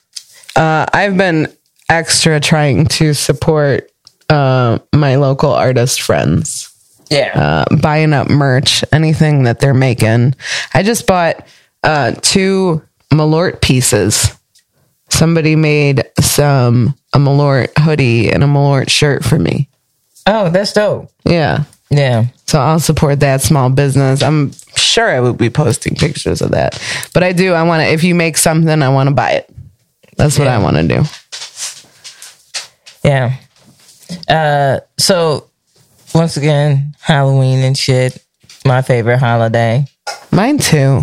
S3: Uh, I've been extra trying to support uh, my local artist friends.
S2: Yeah.
S3: uh, buying up merch, anything that they're making. I just bought uh, two Malort pieces. Somebody made some a Malort hoodie and a Malort shirt for me.
S2: oh, that's dope.
S3: Yeah.
S2: Yeah.
S3: So I'll support that small business. I'm sure I would be posting pictures of that. But I do, I want to, if you make something, I want to buy it. That's what I want to do.
S2: Yeah. Uh, so once again, Halloween and shit, my favorite holiday.
S3: Mine too.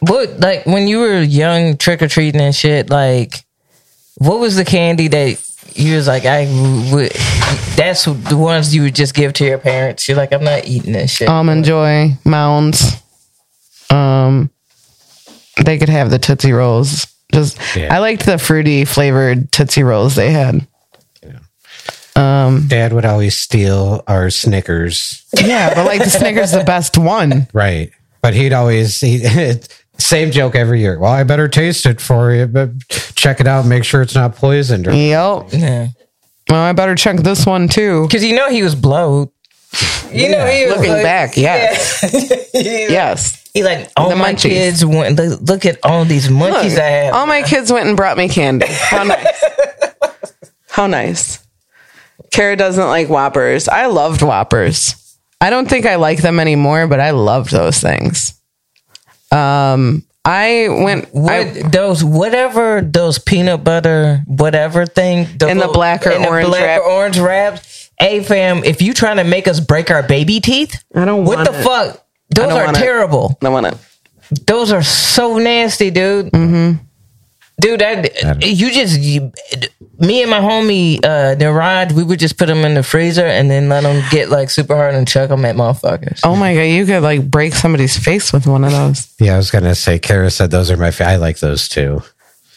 S2: What like when you were young, trick or treating and shit, like what was the candy that you was like, I would. That's who- the ones you would just give to your parents. You're like, I'm not eating this shit.
S3: Almond Joy, Mounds. Um, they could have the Tootsie Rolls. Just
S4: Yeah.
S3: I liked the fruity flavored Tootsie Rolls they had.
S4: Dad would always steal our Snickers.
S3: Yeah, but like the Snickers, the best one.
S4: Right. But he'd always he, same joke every year. Well, I better taste it for you, but check it out, make sure it's not poisoned. Or,
S3: Yep.
S2: Yeah,
S3: Well, I better check this one too.
S2: because you know he was blowed. You know he was
S3: Looking
S2: like-
S3: back, yes,
S2: he,
S3: yes.
S2: he like all
S3: The
S2: my
S3: munchies.
S2: kids went. Look, look at all these monkeys I have.
S3: All my kids went and brought me candy. How nice. How nice. Kara doesn't like Whoppers. I loved Whoppers. I don't think I like them anymore, but I loved those things. Um, I went
S2: what
S3: I,
S2: those whatever those peanut butter whatever thing
S3: In the
S2: little-
S3: black or
S2: in the
S3: orange
S2: black
S3: wrap.
S2: or orange wraps. Hey fam, if you trying to make us break our baby teeth,
S3: I don't
S2: what
S3: want
S2: the
S3: it.
S2: fuck? Those
S3: don't
S2: are
S3: want it.
S2: terrible.
S3: I want to.
S2: Those are so nasty, dude. Mm-hmm. Dude, I, you just you, me and my homie uh, Niraj, we would just put them in the freezer and then let them get like super hard and chuck them at motherfuckers.
S3: Oh my god, you could like break somebody's face with one of those.
S4: yeah, I was gonna say. Kara said those are my. Fa- I like those too.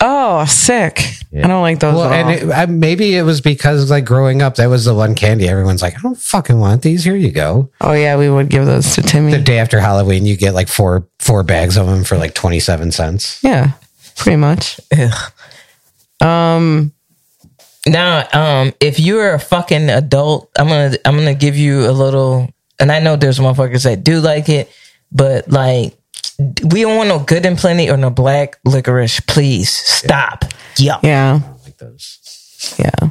S3: Oh, sick. I don't like those.
S4: Well,
S3: at all.
S4: and it, I, maybe it was because like growing up, that was the one candy everyone's like, I don't fucking want these. Here you go.
S3: oh yeah, we would give those to Timmy.
S4: The day after Halloween, you get like four four bags of them for like twenty seven cents.
S3: yeah, pretty much.
S2: Ugh. Um, Now, um, if you're a fucking adult, I'm gonna I'm gonna give you a little. And I know there's motherfuckers that do like it, but like we don't want no good and plenty or no black licorice. Please stop. Yeah.
S3: Yeah,
S4: Like those.
S3: yeah.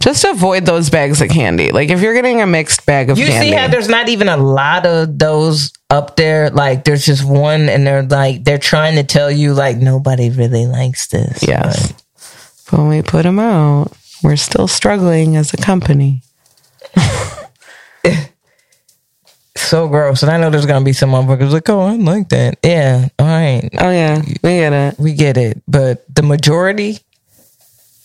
S3: Just avoid those bags of candy. Like if you're getting a mixed bag of
S2: You
S3: candy,
S2: see how there's not even a lot of those up there. Like there's just one, and they're like they're trying to tell you like nobody really likes this.
S3: yes. But when we put them out, we're still struggling as a company.
S2: But so gross. And I know there's gonna be some motherfuckers like, oh, I like that. Yeah, all right,
S3: Oh yeah, we get it.
S2: we get it. But the majority,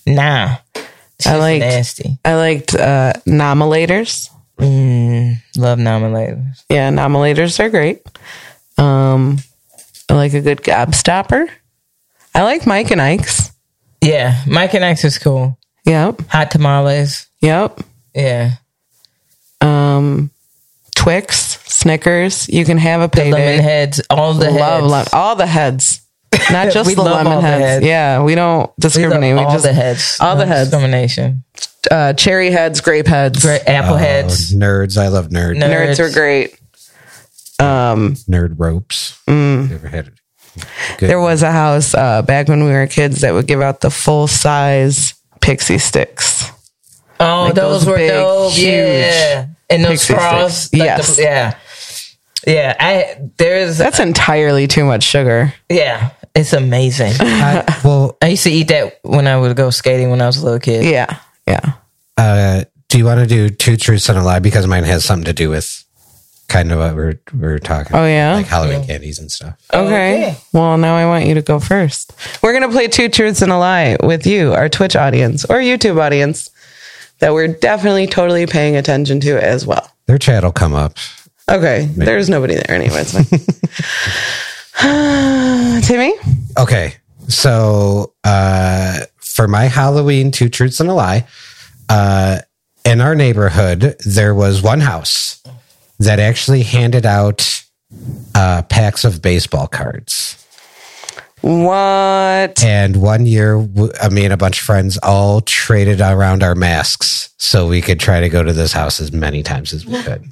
S2: nah, It's
S3: I
S2: just
S3: liked-
S2: nasty.
S3: I liked uh, nominators.
S2: Mm, love nominators.
S3: Yeah, nominators are great. Um, I like a good gobstopper. I like Mike and Ike's.
S2: Yeah, Mike and X is cool.
S3: Yep,
S2: Hot tamales.
S3: yep.
S2: Yeah,
S3: Um, Twix, Snickers. You can have a
S2: the
S3: payday.
S2: lemon heads. All the
S3: love
S2: heads.
S3: lem- all the heads, not just
S2: We
S3: the
S2: love all
S3: lemon
S2: the
S3: heads.
S2: heads.
S3: Yeah, we don't
S2: We love
S3: discriminate. We,
S2: all
S3: just
S2: the heads.
S3: all the
S2: No
S3: heads.
S2: Discrimination.
S3: uh, cherry heads, grape heads.
S2: Great apple heads.
S4: Oh, nerds. I love nerd
S2: No.
S3: Nerds
S2: Nerds.
S3: are great.
S4: nerd ropes. Never had it. Good.
S3: There was a house uh, back when we were kids that would give out the full size pixie sticks.
S2: Oh, those,
S3: those
S2: were
S3: big,
S2: dope. yeah. And those
S3: pixie
S2: straws.
S3: sticks.
S2: like
S3: Yes.
S2: the- yeah. Yeah. I there's
S3: That's entirely too much sugar.
S2: yeah. It's amazing.
S4: I- Uh, well,
S2: I used to eat that when I would go skating when I was a little kid.
S3: Yeah, yeah.
S4: Uh, do you want to do two truths and a lie? Because mine has something to do with kind of what we're we're talking.
S3: Oh,
S4: about,
S3: yeah?
S4: like Halloween candies and stuff.
S3: Okay.
S2: Okay.
S3: Well, now I want you to go first. We're going to play Two Truths and a Lie with you, our Twitch audience or YouTube audience that we're definitely totally paying attention to as well.
S4: Their chat will come up.
S3: Okay. There's nobody there anyway. It's fine. Timmy?
S4: Okay, so uh, for my Halloween two truths and a lie, uh, in our neighborhood there was one house that actually handed out uh, packs of baseball cards.
S3: What?
S4: And one year, w- uh, me and a bunch of friends all traded around our masks so we could try to go to this house as many times as we could.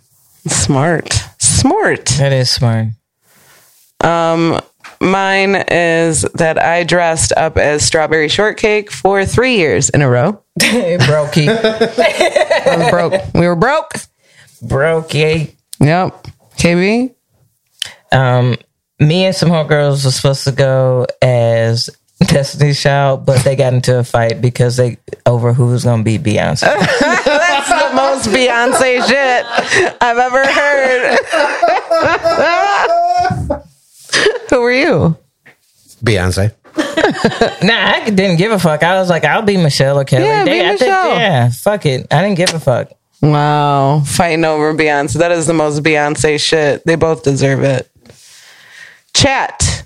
S3: Smart. Smart.
S2: That is smart.
S3: Mine is that I dressed up as strawberry shortcake for three years in a row.
S2: Brokey.
S3: I was broke. we were broke.
S2: Brokey.
S3: Yep. KB?
S2: Um, me and some homegirls were supposed to go as Destiny's Child, but they got into a fight because they over who was gonna be Beyonce.
S3: That's the most Beyonce shit I've ever heard. Who were you?
S4: Beyonce.
S2: Nah, I didn't give a fuck. I was like, I'll be Michelle or Kelly.
S3: Yeah, be
S2: I think-
S3: Michelle.
S2: yeah, fuck it. I didn't give a fuck.
S3: Wow, fighting over Beyonce. That is the most Beyonce shit. They both deserve it. Chat.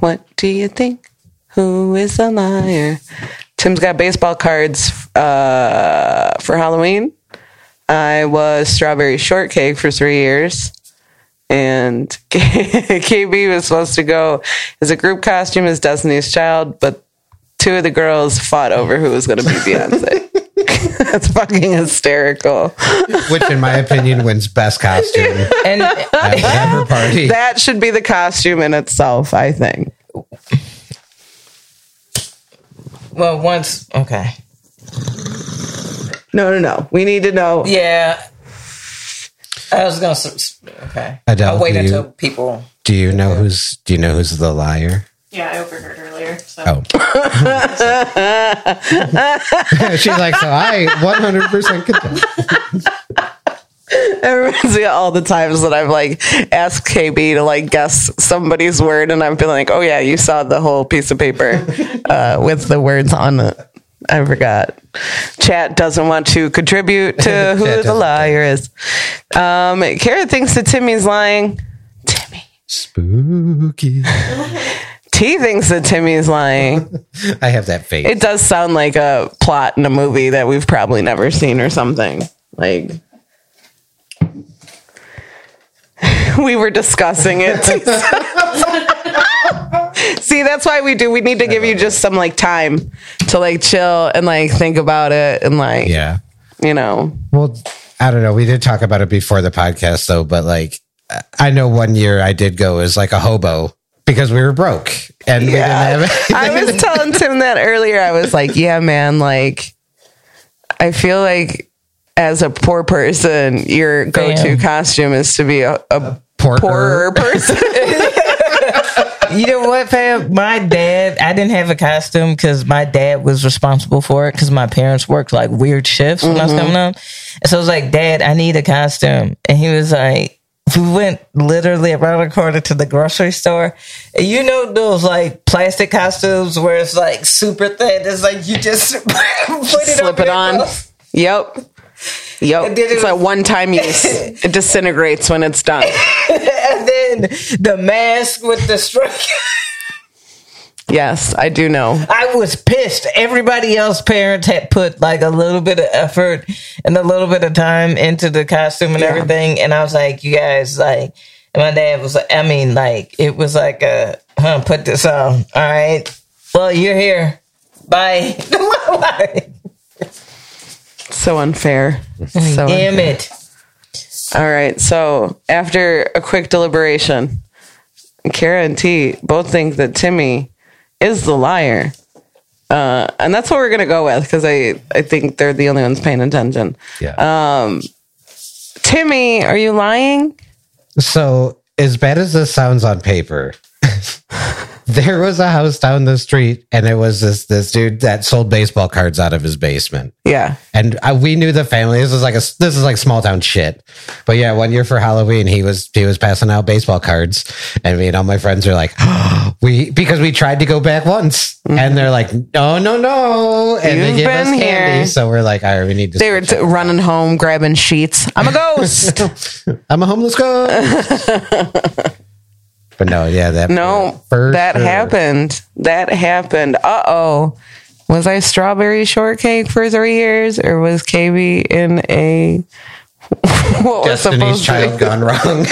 S3: What do you think? Who is a liar? Tim's got baseball cards uh, for Halloween. I was strawberry shortcake for three years. And KB was supposed to go as a group costume as Destiny's Child, but two of the girls fought over who was going to be Beyonce. That's fucking hysterical.
S4: which in my opinion wins best costume
S2: And uh,
S4: at whatever party.
S3: that should be the costume in itself, I think.
S2: well, once okay,
S3: No, no, no. We need to know.
S2: yeah. I was gonna s- s- okay.
S4: Adele,
S2: I'll wait
S4: do you-
S2: until people.
S4: Do you know who's do you know who's the liar?
S5: Yeah, I overheard earlier. So
S4: Oh. She's like, so I 100% could tell.
S3: It reminds me of all the times that I've like asked KB to like guess somebody's word, and I've been like, "Oh yeah, you saw the whole piece of paper uh, with the words on it." I forgot. Chat doesn't want to contribute to who the
S4: doesn't.
S3: liar is. Um, Kara thinks that Timmy's lying. Timmy.
S4: Spooky.
S3: T thinks that Timmy's lying.
S4: I have that face.
S3: It does sound like a plot in a movie that we've probably never seen or something. Like we were discussing it. See, that's why we do. We need to give you just some like time to like chill and like think about it and like
S4: yeah.
S3: you know.
S4: Well, I don't know. We did talk about it before the podcast, though, but like, I- I know one year I did go as like a hobo because we were broke and we didn't have
S3: I was telling Tim that earlier. I was like, yeah, man, like I feel like as a poor person, your go-to
S2: Damn.
S3: costume is to be a, a
S4: porker.
S3: poorer person.
S2: You know what, fam? My dad. I didn't have a costume because my dad was responsible for it because my parents worked like weird shifts when I
S3: Mm-hmm.
S2: was coming up, and so I was like, Dad, I need a costume, and he was like. We went literally around the corner to the grocery store. And you know those like plastic costumes where it's like super thin. It's like you just put it
S3: Slip
S2: over
S3: it
S2: your
S3: on.
S2: clothes.
S3: Yep. Yep.
S2: did it-
S3: It's like one time use. It disintegrates when it's done.
S2: and then the mask with the string.
S3: Yes, I do know.
S2: I was pissed. Everybody else parents had put like a little bit of effort and a little bit of time into the costume and everything, and I was like, you guys like. And my dad was like, I mean, like it was like a, huh, put this on. All right, well, you're here. Bye.
S3: Oh, So unfair. So
S2: Damn
S3: unfair.
S2: it.
S3: All right. So after a quick deliberation, Kara and T both think that Timmy is the liar. Uh, and that's what we're going to go with because I, I think they're the only ones paying attention.
S4: Yeah.
S3: Timmy, are you lying?
S4: so, as bad as this sounds on paper, there was a house down the street and it was this, this dude that sold baseball cards out of his basement.
S3: Yeah.
S4: and I, we knew the family. This is like a this is like small town shit. But yeah, one year for Halloween, he was he was passing out baseball cards, and me and all my friends are like, we because we tried to go back once, and they're like, no, no, no, and
S3: You've
S4: they gave us
S3: been
S4: candy.
S3: here.
S4: So we're like, all right, we need to.
S3: They were t- running home, grabbing sheets. I'm a ghost.
S4: I'm a homeless guy. but no, yeah, that
S3: No,
S4: for
S3: that
S4: sure.
S3: happened. That happened. Uh oh. Was I strawberry shortcake for three years, or was KB in a what was
S4: Destiny's
S3: supposed
S4: Child
S3: to
S4: gone wrong.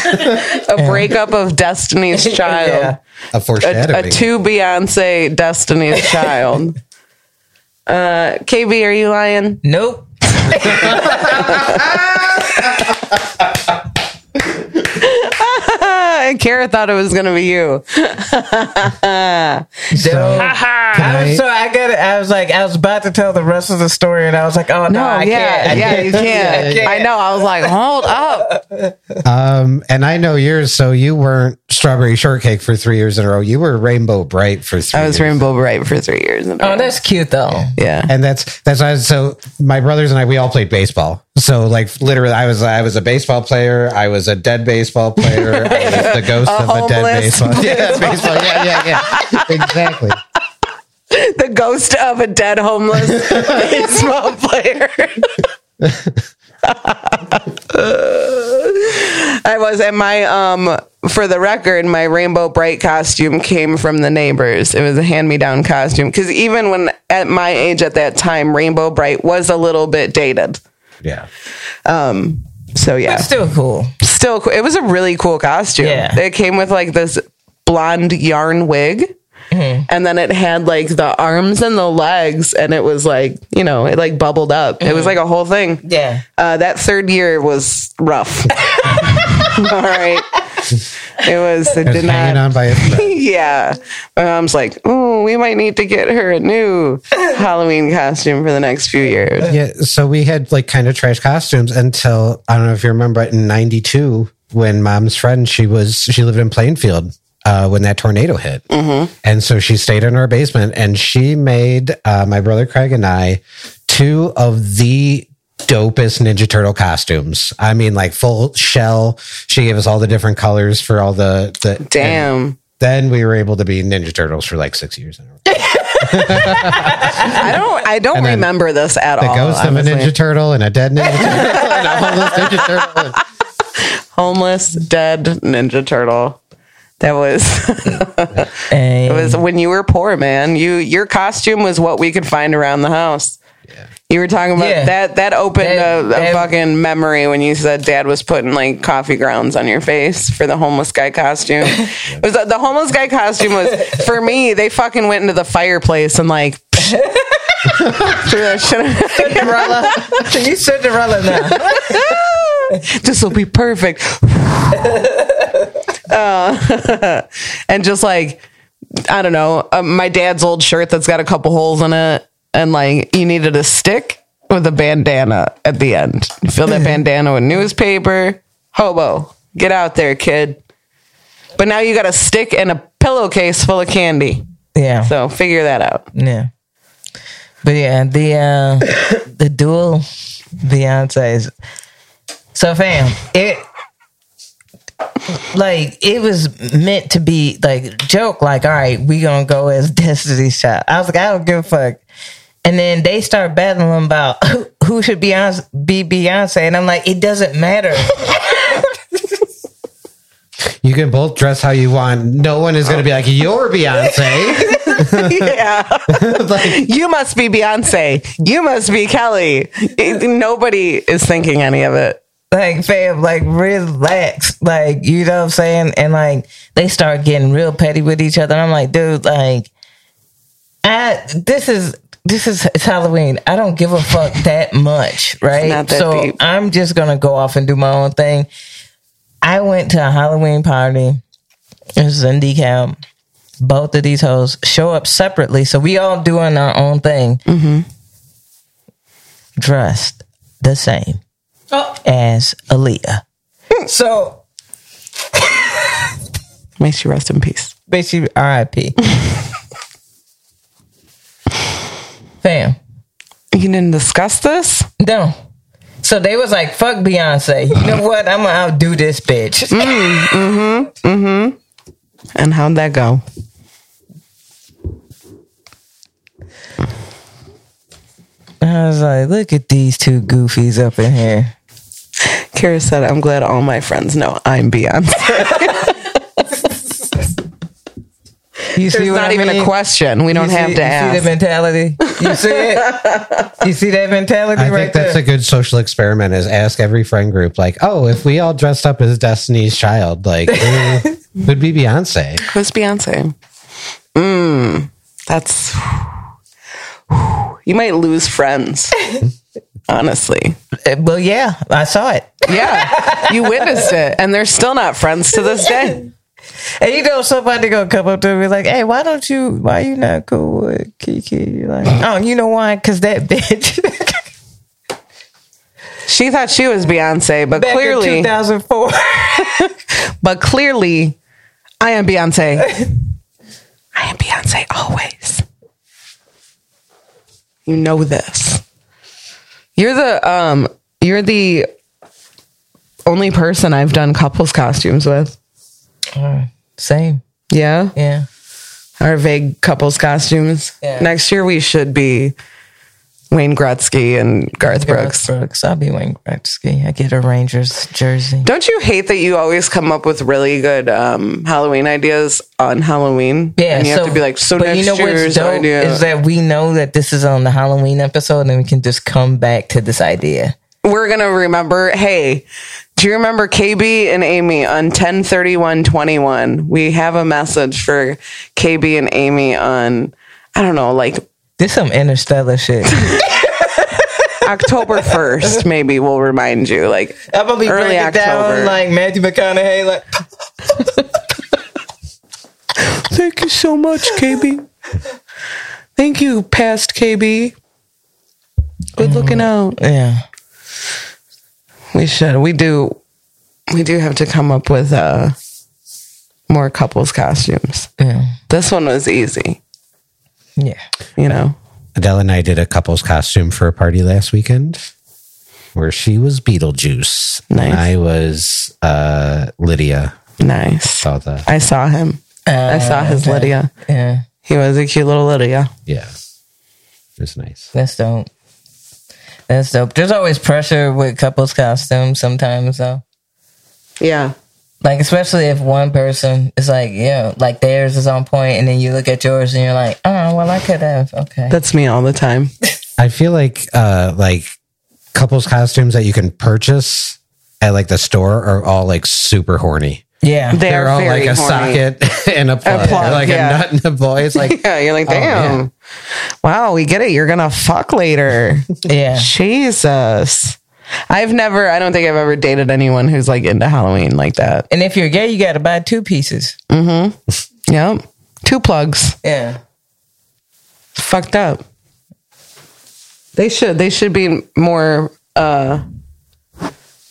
S3: be a breakup of Destiny's Child?
S4: a
S3: A,
S4: foreshadowing.
S3: a two Beyonce Destiny's Child. Uh, KB, are you lying?
S2: Nope.
S3: Uh, Kara thought it was going to be you.
S4: So, can
S2: I
S4: I-
S2: was, so I got it. I was like, I was about to tell the rest of the story, and I was like, oh no,
S3: No,
S2: I
S3: yeah,
S2: can't. I
S3: yeah, you
S2: I
S3: can't.
S2: can't.
S3: I know. I was like, hold up.
S4: Um, and I know yours, so you weren't strawberry shortcake for three years in a row. You were rainbow bright for three.
S3: I was
S4: years.
S3: Rainbow Bright for three years. in a
S2: Oh,
S3: row.
S2: that's cute though.
S3: yeah.
S4: and that's that's why- so. My brothers and I, we all played baseball. So like literally, I was I was a baseball player. I was a dead baseball player. I was the ghost of a dead
S3: homeless
S4: baseball. Yeah, baseball. Yeah, yeah, yeah. exactly.
S3: the ghost of a dead homeless baseball player. I was at my um for the record, my rainbow bright costume came from the neighbors. It was a hand-me-down costume cuz even when at my age at that time rainbow bright was a little bit dated.
S4: Yeah.
S3: So yeah.
S2: Still cool.
S3: Still co- it was a really cool costume.
S2: Yeah.
S3: It came with like this blonde yarn wig.
S2: Mm-hmm.
S3: And then it had like the arms and the legs, and it was like, you know, it like bubbled up. It was like a whole thing
S2: Mm-hmm. Yeah.
S3: uh, that third year was rough. All right. It was, it
S4: It's
S3: did
S4: hanging
S3: not.
S4: on by a thread.
S3: Yeah. My mom's like, oh, we might need to get her a new Halloween costume for the next few years.
S4: Yeah, so we had like kind of trash costumes until I don't know if you remember it in '92 when mom's friend she was she lived in Plainfield uh, when that tornado hit,
S3: Mm-hmm.
S4: and so she stayed in our basement and she made uh, my brother Craig and I two of the dopest Ninja Turtle costumes. I mean, like full shell. She gave us all the different colors for all the the and
S3: Damn.
S4: Then we were able to be Ninja Turtles for like six years. in a row.
S3: I don't, I don't
S4: then
S3: remember this at
S4: The
S3: all.
S4: ghost of a
S3: honestly.
S4: Ninja Turtle and a dead Ninja Turtle and a homeless Ninja Turtle. and-
S3: Homeless, dead Ninja Turtle. That was it
S2: And
S3: was when you were poor, man. You your costume was what we could find around the house. You were talking about
S2: Yeah.
S3: that. That opened
S2: That-
S3: a, a
S2: that-
S3: fucking memory when you said Dad was putting like coffee grounds on your face for the homeless guy costume. it was the homeless guy costume was for me. They fucking went into the fireplace and like threw that shit.
S2: Cinderella. you Cinderella now.
S3: this will be perfect. Uh, and just like, I don't know, uh, my dad's old shirt that's got a couple holes in it. And like, you needed a stick with a bandana at the end. Fill that bandana with newspaper. Hobo, get out there, kid. But now you got a stick and a pillowcase full of candy.
S2: Yeah.
S3: So figure that out.
S2: Yeah. But yeah, the uh the dual Beyonce's. So fam, it like it was meant to be like joke, like, all right, we gonna go as Destiny's Child. I was like, I don't give a fuck. And then they start battling about who, who should Beyonce, be Beyonce, and I'm like, it doesn't matter.
S4: You can both dress how you want. No one is going to be like, you're Beyonce.
S3: yeah.
S4: like,
S3: you must be Beyonce. You must be Kelly. It- nobody is thinking any of it.
S2: like fam, like relax, like you know what I'm saying, and like they start getting real petty with each other. And I'm like, dude, like, I this is this is it's Halloween. I don't give a fuck that much, right?
S3: not that
S2: so
S3: deep.
S2: I'm just gonna go off and do my own thing. I went to a Halloween party. It was in DeKalb. Both of these hoes show up separately, so we all doing our own thing,
S3: Mm-hmm.
S2: dressed the same
S5: Oh,
S2: as Aaliyah.
S3: Hmm.
S2: So
S3: May she rest in peace.
S2: basically, R.I.P. Fam,
S3: You didn't discuss this?
S2: no. So they was like, "Fuck Beyonce." You know what? I'm gonna outdo this bitch.
S3: Hmm. And how'd that go?
S2: I was like, "Look at these two goofies up in here."
S3: Kara said, I'm glad all my friends know I'm Beyonce.
S2: You see
S3: There's
S2: what
S3: not
S2: I
S3: even
S2: mean?
S3: a question. We don't
S2: You
S3: have
S2: see,
S3: to
S2: you see
S3: ask.
S2: the mentality. You see it. you see that mentality
S4: I
S2: right
S4: think
S2: there.
S4: that's a good social experiment is ask every friend group, like, oh, if we all dressed up as Destiny's Child, like, who would be Beyonce?
S3: Who's Beyonce? Mm, that's. You might lose friends, honestly.
S2: Uh, well, yeah, I saw it.
S3: Yeah, you witnessed it, and they're still not friends to this day.
S2: And you know, somebody gonna come up to me like, "Hey, why don't you? Why you not cool with Kiki?" You're like, "Oh, you know why? Because that bitch."
S3: She thought she was Beyonce, but
S2: Back in
S3: clearly,
S2: 2004.
S3: but clearly, I am Beyonce. I am Beyonce always. You know this. You're the um. You're the only person I've done couples costumes with.
S2: Same,
S3: Yeah,
S2: yeah.
S3: our vague couples costumes.
S2: Yeah.
S3: Next year we should be Wayne Gretzky and Garth Brooks.
S2: Brooks. I'll be Wayne Gretzky. I get a Rangers jersey.
S3: Don't you hate that you always come up with really good um, Halloween ideas on Halloween?
S2: Yeah,
S3: and you have to be like, so next year's idea.
S2: is that we know that this is on the Halloween episode, and we can just come back to this idea.
S3: we're gonna remember. Hey, do you remember KB and Amy on ten thirty one twenty one? We have a message for KB and Amy on I don't know, like
S2: This some interstellar shit.
S3: October first. maybe we'll remind you. Like
S2: I'm gonna be
S3: Early
S2: breaking
S3: October.
S2: down like Matthew McConaughey. Like,
S3: thank you so much, KB. Thank you, past KB. Good looking out.
S2: yeah,
S3: We should. We do. We do have to come up with uh, more couples costumes.
S2: yeah,
S3: This one was easy.
S2: yeah.
S3: You know.
S4: Adele and I did a couple's costume for a party last weekend where she was Beetlejuice
S3: Nice.
S4: and I was uh, Lydia.
S3: Nice.
S4: Saw the
S3: I saw him. I saw
S4: Oh,
S3: his
S2: Uh,
S3: Lydia.
S2: yeah.
S3: He was a cute little Lydia.
S4: yeah, it was nice.
S2: That's dope. That's dope. There's always pressure with couples costumes sometimes though.
S3: Yeah.
S2: Like especially if one person is like, yeah, like theirs is on point and then you look at yours and you're like, oh well I could have. Okay.
S3: That's me all the time.
S4: I feel like uh, like couples costumes that you can purchase at like the store are all like super horny.
S2: yeah.
S3: They
S4: They're
S3: are
S4: all like
S3: very
S4: a
S3: horny.
S4: socket and a plug,
S3: plug,
S4: They're like
S3: yeah.
S4: a nut and a boy. It's like
S3: Yeah, you're like, damn. Wow, we get it. You're gonna fuck later.
S2: Yeah.
S3: Jesus. I've never I don't think I've ever dated anyone who's like into Halloween like that.
S2: And if you're gay, you gotta buy two pieces.
S3: Yep. Two plugs.
S2: Yeah.
S3: Fucked up. They should. They should be more uh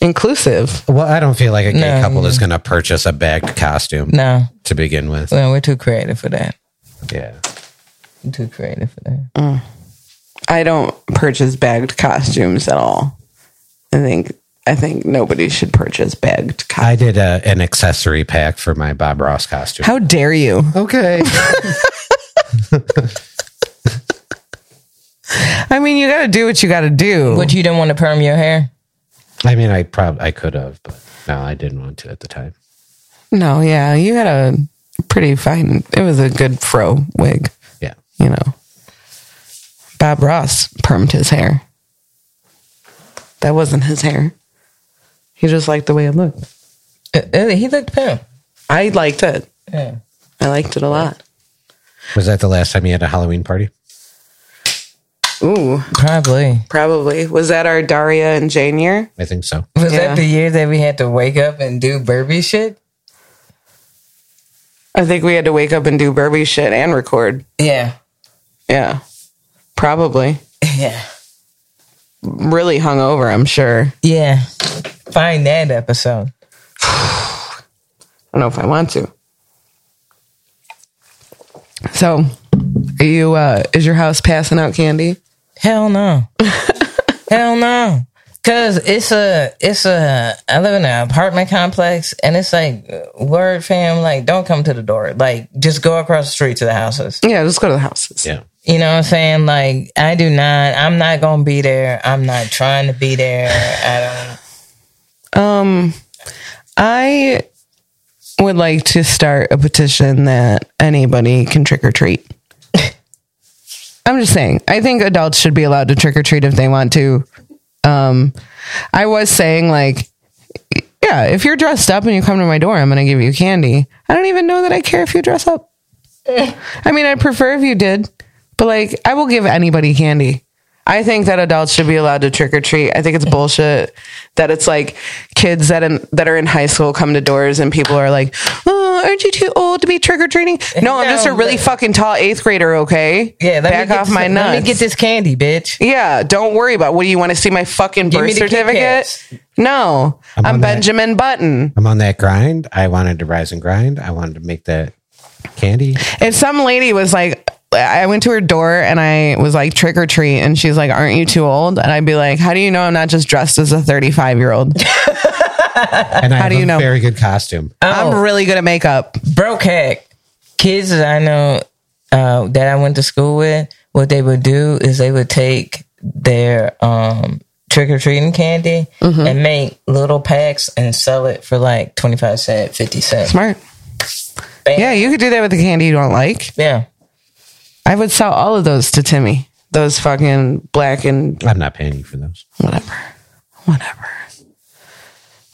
S3: inclusive.
S4: Well, I don't feel like a gay
S2: No,
S4: couple is going to purchase a bagged costume
S2: No.
S4: to begin with.
S2: No, we're too creative for that.
S4: Yeah.
S2: We're too creative for that.
S3: I don't purchase bagged costumes at all. I think I think nobody should purchase bagged costumes.
S4: I did a, an accessory pack for my Bob Ross costume.
S3: How dare you?
S4: okay.
S3: I mean, you got to do what you got to do.
S2: But you didn't want to perm your hair?
S4: I mean, I probably I could have, but no, I didn't want to at the time.
S3: no, yeah, you had a pretty fine. It was a good fro wig,
S4: Yeah.
S3: you know. Bob Ross permed his hair. That wasn't his hair. He just liked the way it looked.
S2: Uh, uh, he looked pimp.
S3: I liked it.
S2: Yeah.
S3: I liked it a lot.
S4: Was that the last time you had a Halloween party?
S3: Ooh,
S2: Probably.
S3: probably. Was that our Daria and Jane year?
S4: I think so.
S2: Was
S3: Yeah.
S2: that the year that we had to wake up and do Burby shit?
S3: I think we had to wake up and do Burby shit and record.
S2: Yeah.
S3: Yeah. Probably.
S2: Yeah.
S3: Really hungover, I'm sure.
S2: Yeah. Find that episode.
S3: I don't know if I want to. So, are you uh is your house passing out candy?
S2: Hell no. Hell no. Cause it's a it's a I live in an apartment complex and it's like uh, word fam, like don't come to the door. Like just go across the street to the houses.
S3: Yeah, just go to the houses.
S4: Yeah.
S2: You know what I'm saying? Like I do not I'm not gonna be there. I'm not trying to be there. I don't
S3: I would like to start a petition that anybody can trick or treat. I'm just saying, I think adults should be allowed to trick or treat if they want to. Um I was saying like yeah, if you're dressed up and you come to my door, I'm going to give you candy. I don't even know that I care if you dress up. I mean, I'd prefer if you did, but like, I will give anybody candy. I think that adults should be allowed to trick or treat. I think it's bullshit that it's like kids that in, that are in high school come to doors and people are like, "Oh, aren't you too old to be trick or treating?" No, I'm just a
S2: No,
S3: really
S2: but-
S3: fucking tall eighth grader. Okay,
S2: Yeah, let
S3: back
S2: me get
S3: off
S2: this,
S3: my nuts.
S2: Let me get this candy, bitch.
S3: Yeah, don't worry about. What do you want to see my fucking
S2: Give
S3: birth
S2: me the Kit
S3: certificate?
S2: Kats.
S3: No, I'm,
S4: on that.
S3: Benjamin Button.
S4: I'm on that grind. I wanted to rise and grind. I wanted to make that candy.
S3: If some lady was like, I went to her door and I was like trick or treat, and she's like, "Aren't you too old?" And I'd be like, "How do you know I'm not just dressed as a 35 year old?
S4: And I have
S3: do you
S4: a
S3: know?
S4: very good costume.
S2: Oh,
S3: I'm really good at makeup."
S2: broke hack. Kids that I know uh, that I went to school with, what they would do is they would take their um, trick or treating candy
S3: Mm-hmm.
S2: and make little packs and sell it for like 25 cents, 50 cents.
S3: Smart.
S2: Bam.
S3: Yeah, you could do that with the candy you don't like.
S2: Yeah.
S3: I would sell all of those to Timmy. Those fucking black and
S4: I'm not paying you for those.
S3: whatever, whatever.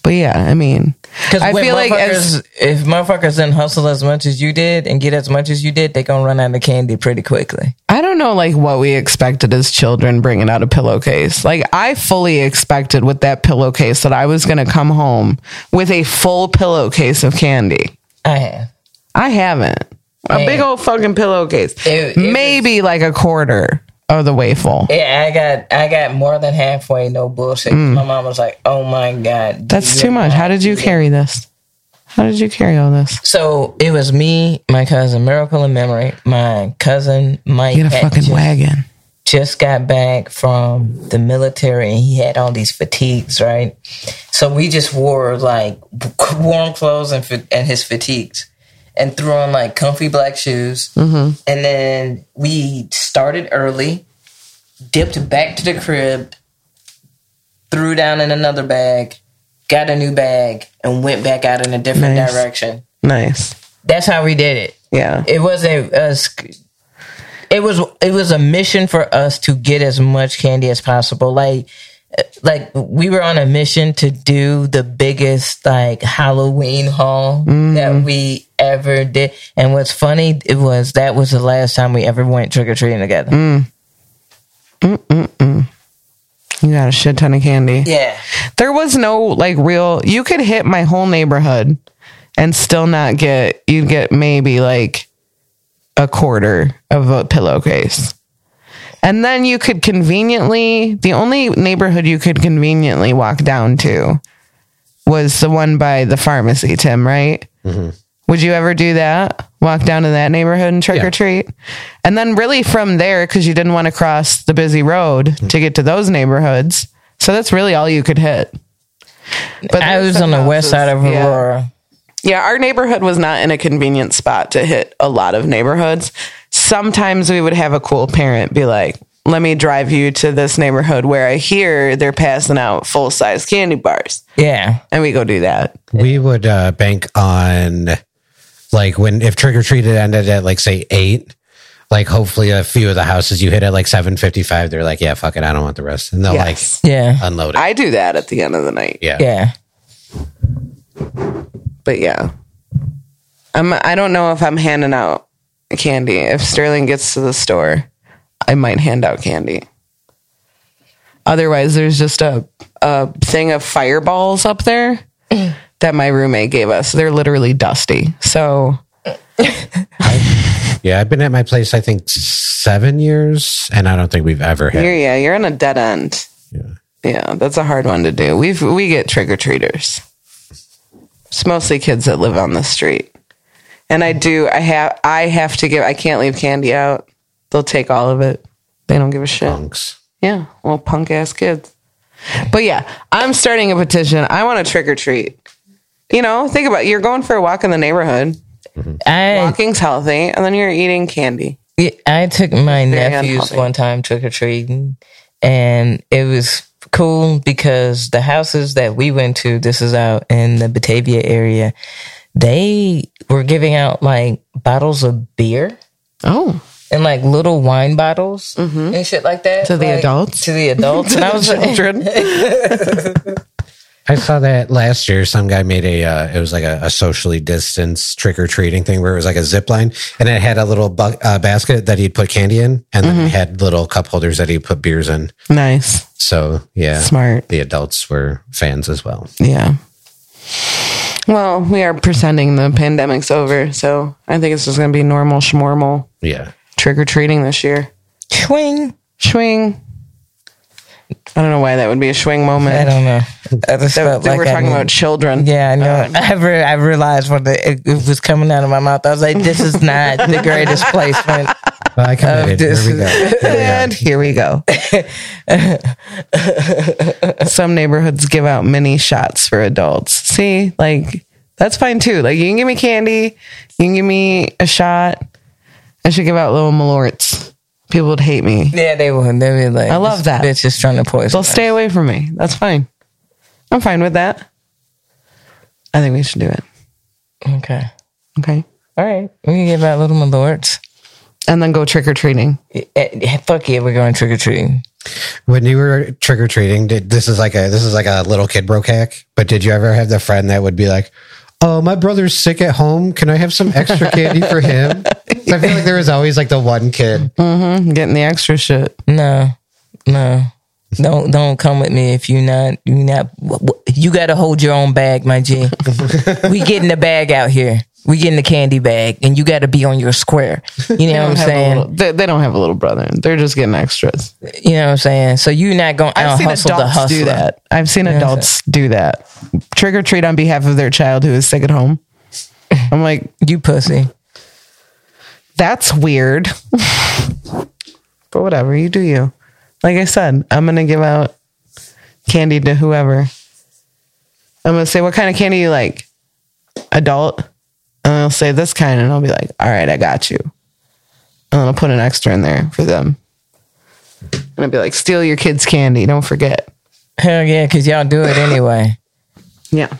S3: But yeah, I mean,
S2: Because
S3: I feel like as
S2: if motherfuckers didn't hustle as much as you did and get as much as you did, they gonna run out of candy pretty quickly.
S3: I don't know, like what we expected as children bringing out a pillowcase. Like I fully expected with that pillowcase that I was going to come home with a full pillowcase of candy.
S2: I have.
S3: I haven't. A
S2: Man.
S3: big old fucking pillowcase,
S2: It- it was-
S3: maybe like a quarter of the way full.
S2: Yeah, I got I got more than halfway, no bullshit. My mom was like, Oh my god.
S3: Mm. That's
S2: you
S3: too much.
S2: not
S3: How did you
S2: do
S3: carry this? How did you carry all this?
S2: So it was me, my cousin Miracle in Memory, my cousin Mike.
S3: Get a
S2: had
S3: fucking
S2: just,
S3: wagon.
S2: just got back from the military and he had all these fatigues, right? So we just wore like warm clothes and fa- and his fatigues, and threw on like comfy black shoes,
S3: Mm-hmm.
S2: and then we started early, dipped back to the crib, threw down in another bag, got a new bag, and went back out in a different
S3: Nice.
S2: direction.
S3: Nice.
S2: That's how we did it.
S3: Yeah.
S2: It wasn't a sc- It was it was a mission for us to get as much candy as possible. Like uh, like we were on a mission to do the biggest like Halloween haul
S3: Mm-hmm.
S2: that we ever did. And what's funny it was that was the last time we ever went trick or treating together.
S3: Mm. You got a shit ton of candy.
S2: Yeah.
S3: There was no like real you could hit my whole neighborhood and still not get you'd get maybe like a quarter of a pillowcase. And then you could conveniently the only neighborhood you could conveniently walk down to was the one by the pharmacy, Tim, right? Would you ever do that? Walk down to that neighborhood and trick or treat? And then, really, from there, because you didn't want to cross the busy road to get to those neighborhoods. So that's really all you could hit. But
S2: I
S3: there's
S2: was
S3: some
S2: on the
S3: houses-
S2: west side of
S3: yeah.
S2: Aurora.
S3: Yeah, our neighborhood was not in a convenient spot to hit a lot of neighborhoods. Sometimes we would have a cool parent be like, let me drive you to this neighborhood where I hear they're passing out full size candy bars.
S2: Yeah.
S3: And we go do that.
S4: We would uh, bank on like when if trick or treat had ended at like say eight, like hopefully a few of the houses you hit at like seven fifty five, they're like, yeah, fuck it, I don't want the rest, and they'll
S3: Yes.
S2: Yeah.
S4: like unload it.
S3: I do that at the end of the night.
S4: yeah.
S2: yeah.
S3: but yeah i'm i don't know if i'm handing out candy if sterling gets to the store i might hand out candy otherwise there's just a a thing of fireballs up there that my roommate gave us they're literally dusty so
S4: Yeah, I've been at my place I think seven years, and I don't think we've ever had.
S3: you're yeah you're in a dead end
S4: Yeah.
S3: yeah that's a hard one to do we've we get trick-or-treaters it's mostly kids that live on the street and i do i have i have to give i can't leave candy out they'll take all of it they don't give a shit
S4: Punks.
S3: Yeah, well, punk ass kids. But yeah, I'm starting a petition. I want to trick or treat. You know, think about it. you're going for a walk in the neighborhood.
S2: I
S3: Walking's healthy, and then you're eating candy.
S2: Yeah, I took my
S3: Very
S2: nephews
S3: unhealthy.
S2: one time trick or treating, and it was cool because the houses that we went to, this is out in the Batavia area, they were giving out like bottles of beer
S3: Oh,
S2: and like little wine bottles
S3: Mm-hmm.
S2: and shit like that
S3: To the
S2: like,
S3: adults?
S2: to the adults, and I was like,
S3: children.
S4: I saw that last year. Some guy made a, uh, it was like a, a socially distanced trick or treating thing where it was like a zip line and it had a little bu- uh, basket that he'd put candy in and then it had little cup holders that he'd put beers in.
S3: nice,
S4: So, yeah,
S3: smart.
S4: the adults were fans as well.
S3: Yeah. Well, we are pretending the pandemic's over, so I think it's just going to be normal schmormal
S4: Yeah.
S3: trick or treating this year.
S2: "Twing."
S3: Swing. I don't know why that would be a swing moment.
S2: I don't know. I just felt
S3: They
S2: like
S3: we're
S2: I
S3: talking
S2: need-
S3: about Um, children.
S2: Yeah, I know. I, re- I realized when the, it, it was coming out of my mouth, I was like, "This is not the greatest placement."
S4: Well, I committed. Here
S2: this
S4: we go. Here we are.
S3: And here we go. Some neighborhoods give out mini shots for adults. See, like that's fine too. Like you can give me candy, you can give me a shot. I should give out little malorts. People would hate me.
S2: Yeah, they would. They would like.
S3: I love
S2: this
S3: that.
S2: Bitch is trying to poison.
S3: They'll
S2: us.
S3: stay away from me. That's fine. I'm fine with that. I think we should do it.
S2: Okay.
S3: Okay.
S2: All right. We can give out little malorts.
S3: And then go trick or treating.
S2: Eh, eh, Fuck yeah, we're going trick or treating.
S4: When you were trick or treating, did this is like a this is like a little kid bro hack. But did you ever have the friend that would be like, "Oh, my brother's sick at home. Can I have some extra candy for him?" I feel like there was always like the one kid.
S3: Getting the extra shit.
S2: No, no. Don't don't come with me if you're not you not wh- wh- you got to hold your own bag, my G. we getting the bag out here. We getting the candy bag, and you got to be on your square. You know
S3: They don't have
S2: what I'm
S3: a
S2: saying?
S3: little- they, they don't have a little brother. They're just getting extras.
S2: You know what I'm saying? So you're not going to
S3: I've seen
S2: hustle the
S3: adults
S2: hustler.
S3: do that. I've seen adults do that. Trick or treat on behalf of their child who is sick at home. I'm like,
S2: You pussy.
S3: that's weird. but whatever, you do you. Like I said, I'm gonna give out candy to whoever. I'm gonna say, what kind of candy you like? Adult. And I'll say this kind, and I'll be like, all right, I got you. And I'll put an extra in there for them. And I'll be like, steal your kids' candy. Don't forget.
S2: Hell yeah, because y'all do it anyway.
S3: Yeah.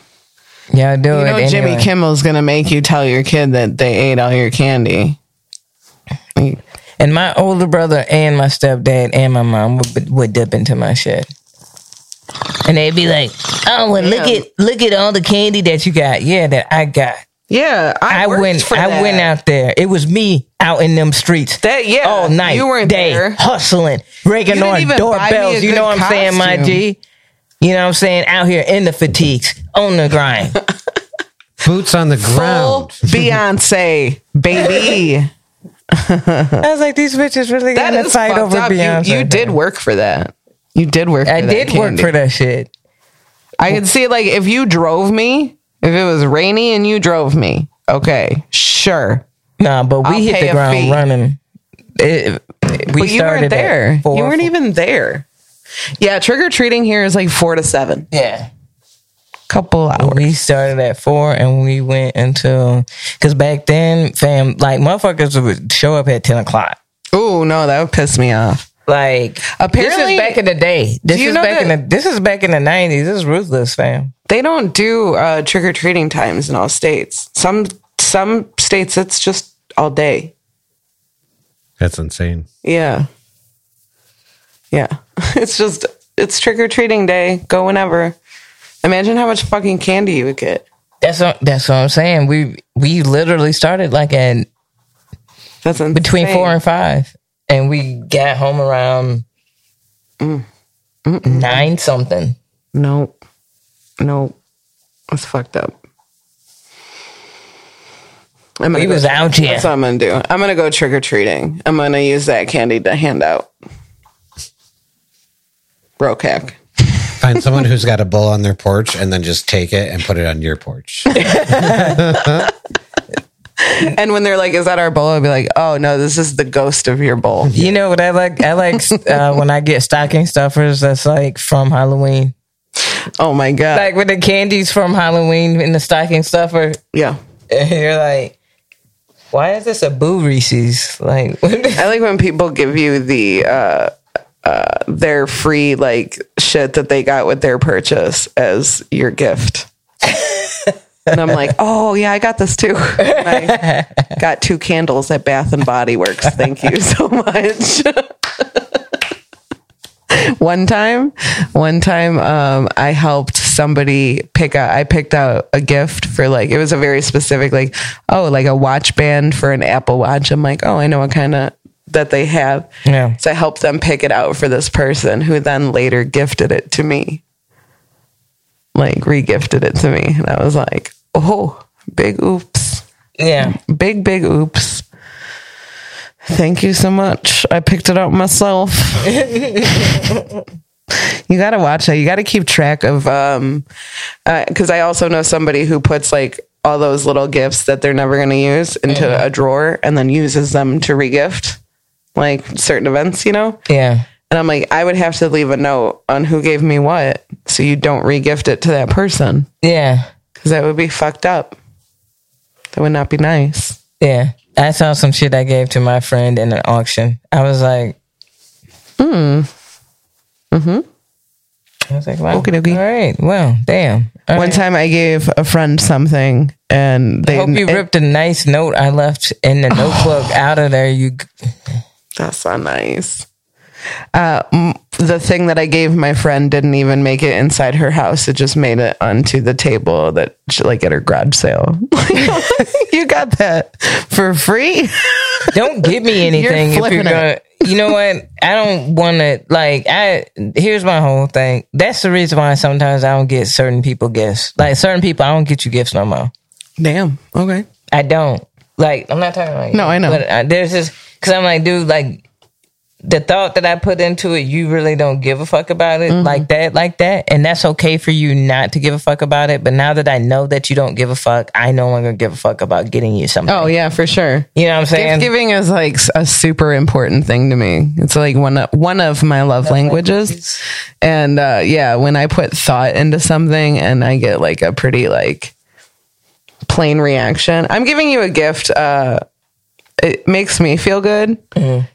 S2: Y'all do
S3: You
S2: it
S3: know,
S2: anyway.
S3: Jimmy Kimmel's gonna make you tell your kid that they ate all your candy. Like,
S2: and my older brother and my stepdad and my mom would, would dip into my shit. And they'd be like, oh, and look
S3: Damn.
S2: at look at all the candy that you got. Yeah, that I got.
S3: Yeah,
S2: I
S3: worked
S2: went
S3: for
S2: I
S3: that.
S2: went out there. It was me out in them streets.
S3: That- yeah,
S2: All night.
S3: you weren't
S2: day,
S3: there.
S2: Hustling. Breaking
S3: You didn't
S2: on
S3: even buy me a
S2: doorbells. You know
S3: good
S2: what I'm saying, my
S3: costume.
S2: G? You know what I'm saying? Out here in the fatigues. On the grind.
S4: Boots on the
S3: Full
S4: ground.
S3: Beyonce, baby.
S2: I was like, these bitches really
S3: that
S2: got to
S3: is
S2: fight
S3: fucked
S2: over
S3: up.
S2: Beyonce.
S3: You, you did work for that. You did work. For
S2: I
S3: that
S2: did work
S3: candy.
S2: for that shit.
S3: I could see like if you drove me, if it was rainy and you drove me. Okay, sure.
S2: Nah, but we
S3: I'll
S2: hit
S3: pay
S2: the
S3: a
S2: ground
S3: fee.
S2: running. It, we
S3: but you
S2: started
S3: weren't
S2: at
S3: there.
S2: four-
S3: you weren't even there. Yeah, trick or treating here is like four to seven.
S2: Yeah.
S3: Couple hours.
S2: We started at four and we went until because back then, fam, like motherfuckers would show up at ten o'clock.
S3: Oh no, that would piss me off.
S2: Like
S3: Apparently-
S2: this is back in the day. This
S3: you
S2: is
S3: know
S2: back in
S3: that-
S2: the this is back in the nineties. This is ruthless, fam.
S3: They don't do uh, trick or treating times in all states. Some some states it's just all day.
S4: That's insane.
S3: Yeah. Yeah. It's just, it's trick or treating day. Go whenever. Imagine how much fucking candy you would get.
S2: That's what, that's what I'm saying. We we literally started like at
S3: That's insane.
S2: between four and five, and we got home around
S3: Mm.
S2: nine something.
S3: Nope. Nope. That's fucked up. I'm gonna
S2: We
S3: go-
S2: was out here.
S3: That's what I'm going to do. I'm going to go trick or treating. I'm going to use that candy to hand out. Brocac.
S4: Find someone who's got a bowl on their porch and then just take it and put it on your porch.
S3: And when they're like, is that our bowl? I'll be like, oh no, this is the ghost of your bowl.
S2: You know what I like? I like uh, when I get stocking stuffers. That's like from Halloween.
S3: Oh my God.
S2: Like with the candies from Halloween in the stocking stuffer,
S3: yeah.
S2: and you're like, why is this a boo Reese's? Like,
S3: I like when people give you the uh, uh, their free like shit that they got with their purchase as your gift. and I'm like, oh yeah, I got this too. And I got two candles at Bath and Body Works. Thank you so much. one time, one time, um, I helped somebody pick out. I picked out a gift for like it was a very specific like oh like a watch band for an Apple Watch. I'm like, oh, I know what kind of that they have.
S2: Yeah.
S3: So I helped them pick it out for this person who then later gifted it to me. Like re-gifted it to me. And I was like, oh, big oops.
S2: yeah,
S3: Big, big oops. Thank you so much. I picked it up myself. you gotta watch that. You gotta keep track of um because I also know somebody who puts like all those little gifts that they're never gonna use into a drawer and then uses them to regift like certain events, you know?
S2: yeah.
S3: And I'm like, I would have to leave a note on who gave me what so you don't regift it to that person.
S2: Yeah,
S3: Because that would be fucked up. That would not be nice.
S2: yeah. I saw some shit I gave to my friend in an auction. I was like, hmm. Mm-hmm. I was like, wow.
S3: Okie dokie.
S2: All right. Well, damn. All
S3: One
S2: right.
S3: time I gave a friend something and they
S2: I hope you
S3: it-
S2: ripped a nice note I left in the notebook out of there. You
S3: That's not nice. Uh, m- the thing that I gave my friend didn't even make it inside her house. It just made it onto the table that she, like at her garage sale. you got that for free?
S2: don't give me anything if you're
S3: flipping it.
S2: gonna. You know what? I don't want to. Like, I here's my whole thing. That's the reason why sometimes I don't get certain people gifts. Like certain people, I don't get you gifts no more.
S3: Damn. Okay.
S2: I don't. Like, I'm not talking like
S3: No, I know.
S2: But I, there's this because I'm like, dude, like the thought that I put into it, you really don't give a fuck about
S3: Mm-hmm.
S2: it like that, like that, and that's okay for you not to give a fuck about it. But now that I know that you don't give a fuck, I no longer give a fuck about getting you something.
S3: Oh yeah, for sure.
S2: You know what I'm saying?
S3: Gift giving is like s- a super important thing to me. It's like one of, one of my love languages. And uh, yeah, when I put thought into something and I get like a pretty like plain reaction, I'm giving you a gift. Uh, it makes me feel good.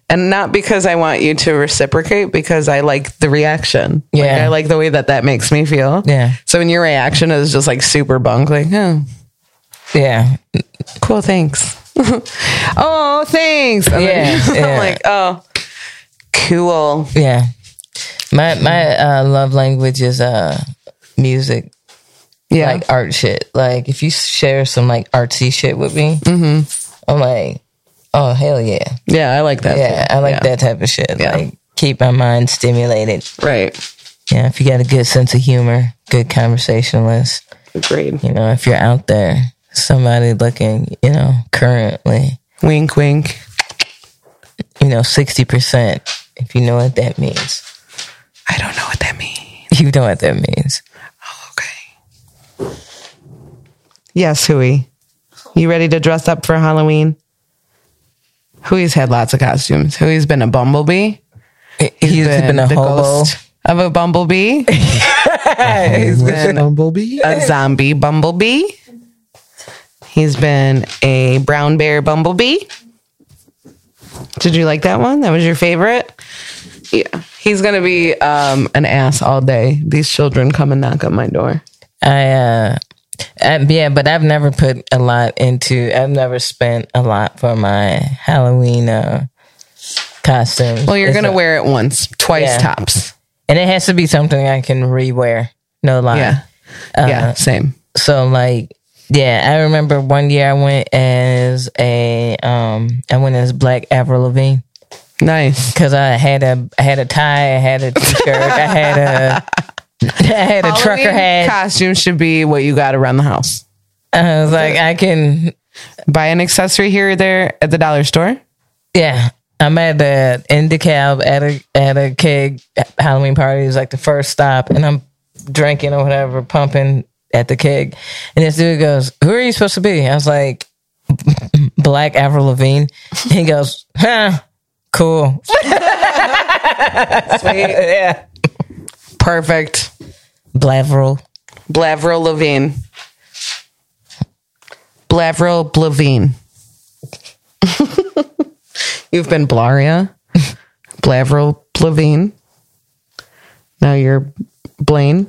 S3: And not because I want you to reciprocate, because I like the reaction. Like,
S2: Yeah.
S3: I like the way that that makes me feel.
S2: Yeah.
S3: So when your reaction is just like super bunk, like, oh,
S2: yeah,
S3: cool thanks oh thanks And then-
S2: Yeah, yeah.
S3: i'm like oh cool
S2: yeah. My my uh, love language is uh music,
S3: yeah
S2: like art shit. Like if you share some like artsy shit with me,
S3: Mm-hmm.
S2: I'm like, oh hell yeah.
S3: yeah i like that
S2: Yeah,
S3: too.
S2: I like that type of shit.
S3: Yeah.
S2: Like keep my mind stimulated.
S3: right
S2: Yeah, if you got a good sense of humor, good conversationalist,
S3: agreed
S2: you know, if you're out there, somebody looking, you know, currently,
S3: wink wink
S2: you know, sixty percent, if you know what that means.
S3: i don't know what that means
S2: You know what that means.
S3: okay yes hui you ready to dress up for halloween hui's had lots of costumes hui's been a bumblebee
S2: He's been, a
S3: the
S2: hobo.
S3: ghost of a bumblebee
S4: Homeless Bumblebee.
S3: a zombie bumblebee. He's been a brown bear bumblebee. Did you like that one? That was your favorite? Yeah. He's going to be um, an ass all day. These children come and knock on my door.
S2: I uh I, yeah, but I've never put a lot into I've never spent a lot for my Halloween uh costumes.
S3: Well, you're
S2: It's
S3: going to
S2: a-
S3: wear it once, twice
S2: Yeah.
S3: tops.
S2: and it has to be something I can rewear. No lie. Uh,
S3: Yeah. Uh, Uh-huh. yeah. Same.
S2: So like, yeah, I remember one year I went as a um, I went as Black Avril Lavigne
S3: Nice.
S2: because I had a I had a tie, I had a t-shirt, I had a I had a trucker
S3: Halloween
S2: hat.
S3: Costume should be what you got around the house.
S2: I was like, I can,
S3: Buy an accessory here or there at the dollar store.
S2: yeah. I'm at the in DeKalb at a at a keg Halloween party. It's like the first stop, and I'm drinking or whatever, pumping at the keg, and this dude goes, "Who are you supposed to be?" I was like, "Black Avril Lavigne." He goes, "Huh." Cool. yeah.
S3: Perfect.
S2: Blavril.
S3: Blavril Levine. Blavril Levine. You've been Blaria. Blavril Levine. Now you're Blaine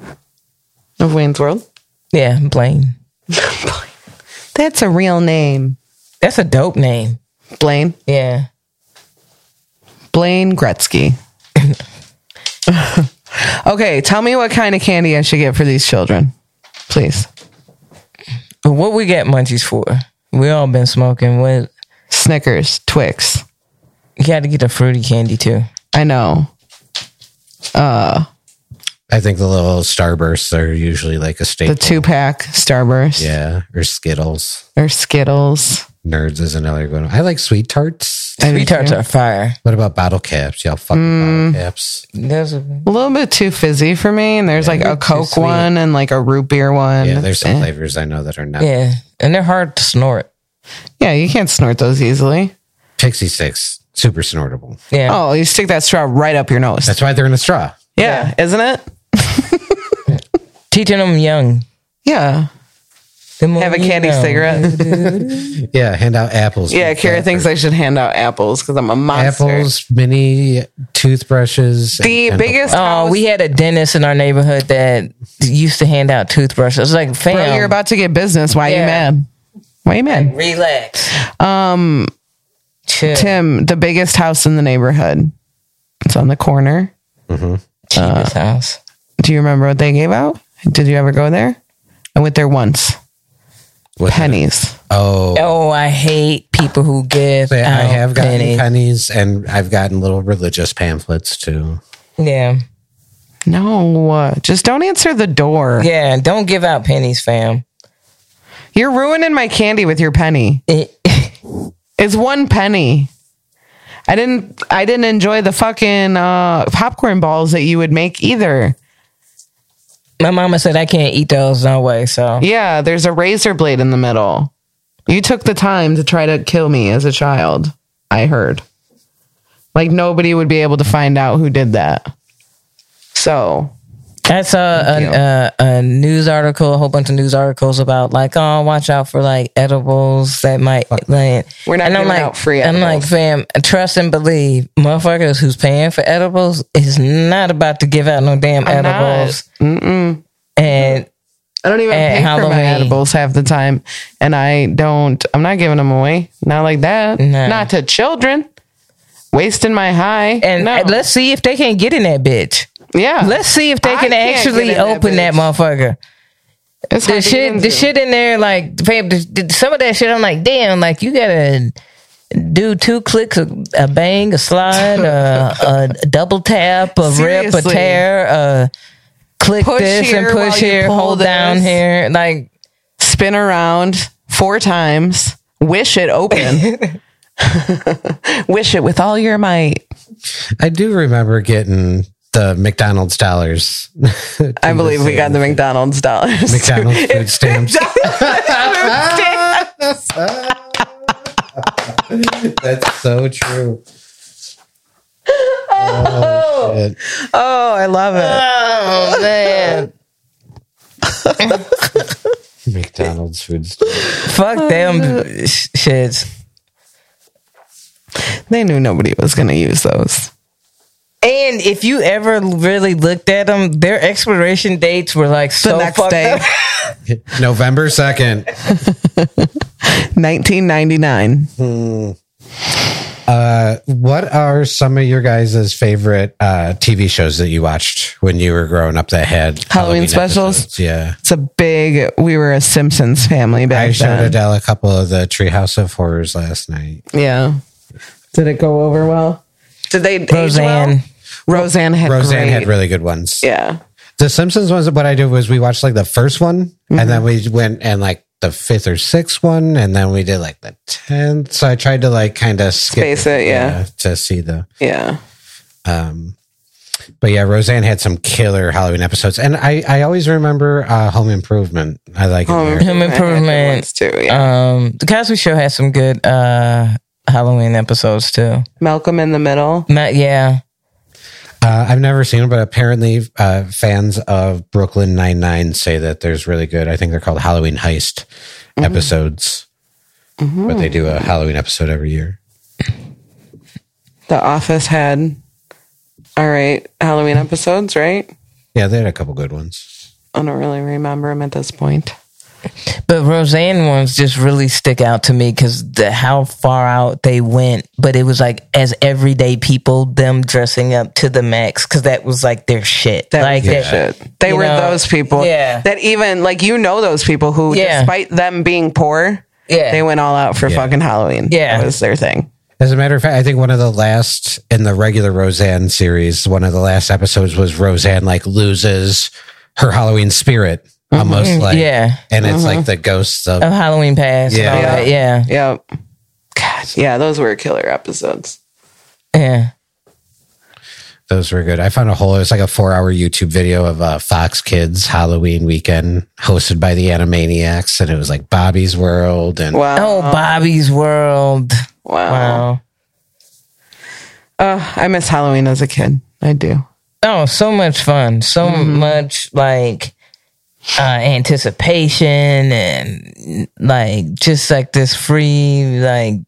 S3: of Wayne's World.
S2: Yeah, Blaine.
S3: That's a real name.
S2: That's a dope name.
S3: Blaine.
S2: Yeah.
S3: Blaine Gretzky. okay, tell me what kind of candy I should get for these children, please.
S2: But what we got munchies for? We all been smoking. What
S3: Snickers, Twix.
S2: you gotta get a fruity candy too.
S3: I know.
S4: I think the little Starbursts are usually like a staple.
S3: The two pack Starburst.
S4: yeah, or Skittles.
S3: or Skittles.
S4: Nerds is another good one. I like sweet tarts.
S2: Sweet tarts are fire.
S4: What about bottle caps? Y'all fucking
S3: Mm.
S4: bottle caps.
S2: There's a,
S3: A little bit too fizzy for me. And there's like a Coke
S2: sweet.
S3: one and like a root beer one.
S4: Yeah, there's some
S3: Eh.
S4: flavors I know that are not.
S2: yeah. And they're hard to snort.
S3: Yeah, you can't snort those easily.
S4: Pixie Six, super snortable.
S2: Yeah.
S3: Oh, you stick that straw right up your nose.
S4: That's why they're in a straw.
S3: yeah, isn't it?
S2: Teaching them young.
S3: Yeah.
S2: The more
S3: Have a
S2: you
S3: candy
S2: know.
S3: cigarette.
S4: Yeah, hand out apples.
S3: yeah, Kara
S4: Kara
S3: thinks I should hand out apples because I'm a monster.
S4: apples, mini toothbrushes.
S3: The
S4: and-
S3: biggest.
S2: Oh,
S3: house-
S2: we had a dentist in our neighborhood that used to hand out toothbrushes. I was like, fam,
S3: Bro, you're about to get business. Why are you
S2: Oh, Yeah.
S3: mad? Why you mad?
S2: relax. Um, Chill.
S3: Tim, the biggest house in the neighborhood. It's on the corner.
S2: Cheapest house.
S3: Do you remember what they gave out? Did you ever go there? I went there once.
S4: What-
S3: Pennies.
S4: Oh,
S2: Oh, I hate people who give.
S4: I
S3: Oh,
S2: out
S4: have gotten
S2: pennies.
S4: pennies, and I've gotten little religious pamphlets too.
S2: Yeah,
S3: No, uh, just don't answer the door.
S2: yeah. Don't give out pennies, fam.
S3: You're ruining my candy with your penny.
S2: It,
S3: It's one penny. I didn't. I didn't enjoy the fucking uh, popcorn balls that you would make either.
S2: my mama said I can't eat those no way. So
S3: Yeah, there's a razor blade in the middle. You took the time to try to kill me as a child. I heard. Like nobody would be able to find out who did that. So
S2: I saw a, a, a news article, a whole bunch of news articles about like, oh, watch out for like edibles that might. Like,
S3: We're not
S2: and I'm
S3: giving
S2: like,
S3: out free
S2: I'm like,
S3: edibles.
S2: fam, trust and believe, motherfuckers who's paying for edibles is not about to give out no damn
S3: I'm not.
S2: edibles. And
S3: I don't even
S2: At
S3: pay for my
S2: Halloween.
S3: edibles half the time, and I don't. I'm not giving them away. Not like that.
S2: No.
S3: Not to children. Wasting my high.
S2: and
S3: No.
S2: let's see if they can get in that bitch.
S3: yeah.
S2: Let's see if
S3: I
S2: they can
S3: can't get
S2: actually
S3: in that
S2: open that
S3: bitch.
S2: motherfucker.
S3: It's
S2: the
S3: hard to get
S2: shit,
S3: into.
S2: the shit in there, like fam, the- the- some of that shit. I'm like, damn, like you gotta do two clicks, a, a bang, a slide, a, a double tap, a rip, a
S3: Seriously.
S2: tear, a click
S3: Push
S2: this and
S3: here
S2: push
S3: while you
S2: here,
S3: pull
S2: hold down
S3: this.
S2: here, like
S3: Spin around four times. Wish it open. wish it with all your might.
S4: I do remember getting the McDonald's dollars.
S3: I believe we got the McDonald's dollars.
S4: McDonald's food stamps. That's so true. Oh, shit.
S3: oh, I love it.
S2: oh man,
S4: McDonald's food stamps.
S2: fuck them sh- shits.
S3: They knew nobody was going to use those.
S2: And if you ever really looked at them, their expiration dates were like
S3: The
S2: so
S3: next
S2: fucked
S3: day,
S2: up.
S4: November 2nd.
S3: 1999.
S4: What are some of your guys' favorite uh, TV shows that you watched when you were growing up that had
S3: Halloween specials?
S4: episodes? Yeah.
S3: It's a big. We were a Simpsons family back
S4: I showed
S3: then.
S4: Adele a couple of the Treehouse of Horrors last night.
S3: Yeah. Did it go over well? Did they age well?
S2: Roseanne.
S3: Roseanne had
S4: Roseanne
S3: great-
S4: had really good ones.
S3: yeah.
S4: The Simpsons ones, what I did was we watched like the first one
S3: Mm-hmm.
S4: and then we went and like the fifth or sixth one and then we did like the 10th. So I tried to like kind of skip
S3: Space it, yeah.
S4: To see the.
S3: Yeah.
S4: Um, but yeah, Roseanne had some killer Halloween episodes, and I, I always remember uh, Home Improvement. I like
S3: Home
S4: it. there.
S2: Home
S3: Improvement had good
S2: Improvement.
S3: ones too. Yeah.
S2: Um, the Cosby Show has some good uh Halloween episodes too.
S3: Malcolm in the Middle.
S2: Not yeah,
S4: Uh, I've never seen it, but apparently uh, fans of Brooklyn Nine Nine say that there's really good. I think they're called Halloween Heist episodes, but they do a Halloween episode every year.
S3: The Office had. All right, Halloween episodes, right?
S4: Yeah, they had a couple good ones.
S3: I don't really remember them at this point.
S2: but Roseanne ones just really stick out to me because the how far out they went. But it was like as everyday people, them dressing up to the max because that was like their shit.
S3: That
S2: like
S3: was
S2: that-
S3: shit. They
S2: you
S3: were
S2: know,
S3: those people.
S2: yeah.
S3: That even like you know those people who,
S2: Yeah.
S3: despite them being poor,
S2: Yeah.
S3: they went all out for fucking Halloween.
S2: Yeah.
S3: that was their thing.
S4: As a matter of fact, I think one of the last in the regular Roseanne series, one of the last episodes was Roseanne like loses her Halloween spirit, almost like
S2: Mm-hmm. yeah.
S4: and it's
S3: Mm-hmm.
S4: like the ghosts of
S2: Of Halloween Pass. Yeah,
S4: Yeah.
S2: and all that. yeah,
S3: Yep. God, yeah, those were killer episodes.
S2: yeah.
S4: those were good. I found a whole it's like a four hour YouTube video of uh, Fox Kids Halloween weekend hosted by the Animaniacs, and it was like Bobby's World and
S3: Wow.
S2: Oh, Bobby's World.
S3: wow.
S2: Wow.
S3: Uh, I miss Halloween as a kid. I do.
S2: Oh, so much fun. So much like uh, anticipation and like just like this free like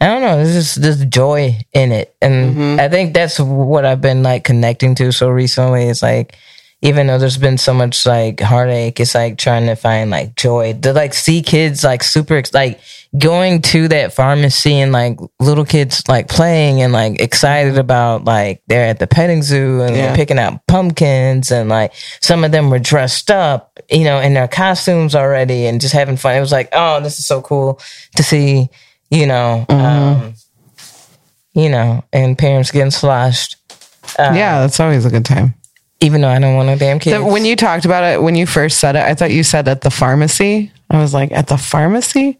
S2: I don't know, there's just this joy in it, and I think that's what I've been like connecting to so recently. It's like even though there's been so much like heartache, it's like trying to find like joy to like see kids like super ex- like going to that farm and seeing like little kids like playing and like excited about like they're at the petting zoo and
S3: Yeah.
S2: picking out pumpkins and like some of them were dressed up, you know, in their costumes already and just having fun. It was like, oh, this is so cool to see, you know,
S3: Mm-hmm.
S2: um, you know, and parents getting sloshed.
S3: yeah, that's always a good time.
S2: Even though I don't want no damn kids.
S3: That- when you talked about it, when you first said it, I thought you said at the pharmacy. I was like, at the pharmacy?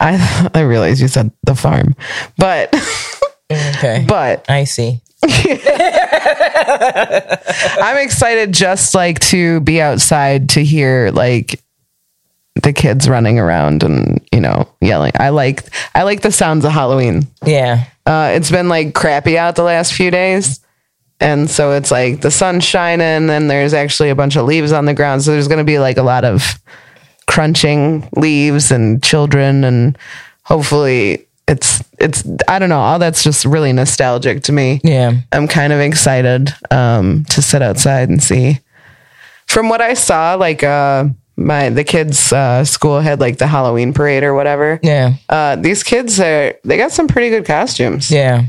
S3: I I realized you said the farm. But
S2: okay.
S3: but
S2: I see.
S3: I'm excited just like to be outside to hear like the kids running around and you know yelling. I like I like the sounds of Halloween.
S2: Yeah.
S3: Uh, it's been like crappy out the last few days. And so it's like the sun's shining and there's actually a bunch of leaves on the ground. So there's going to be like a lot of crunching leaves and children and hopefully it's it's I don't know all that's just really nostalgic to me.
S2: Yeah.
S3: I'm kind of excited um, to sit outside and see. From what I saw, like uh, my the kids' uh, school had like the Halloween parade or whatever.
S2: Yeah.
S3: Uh, these kids are they got some pretty good costumes.
S2: Yeah.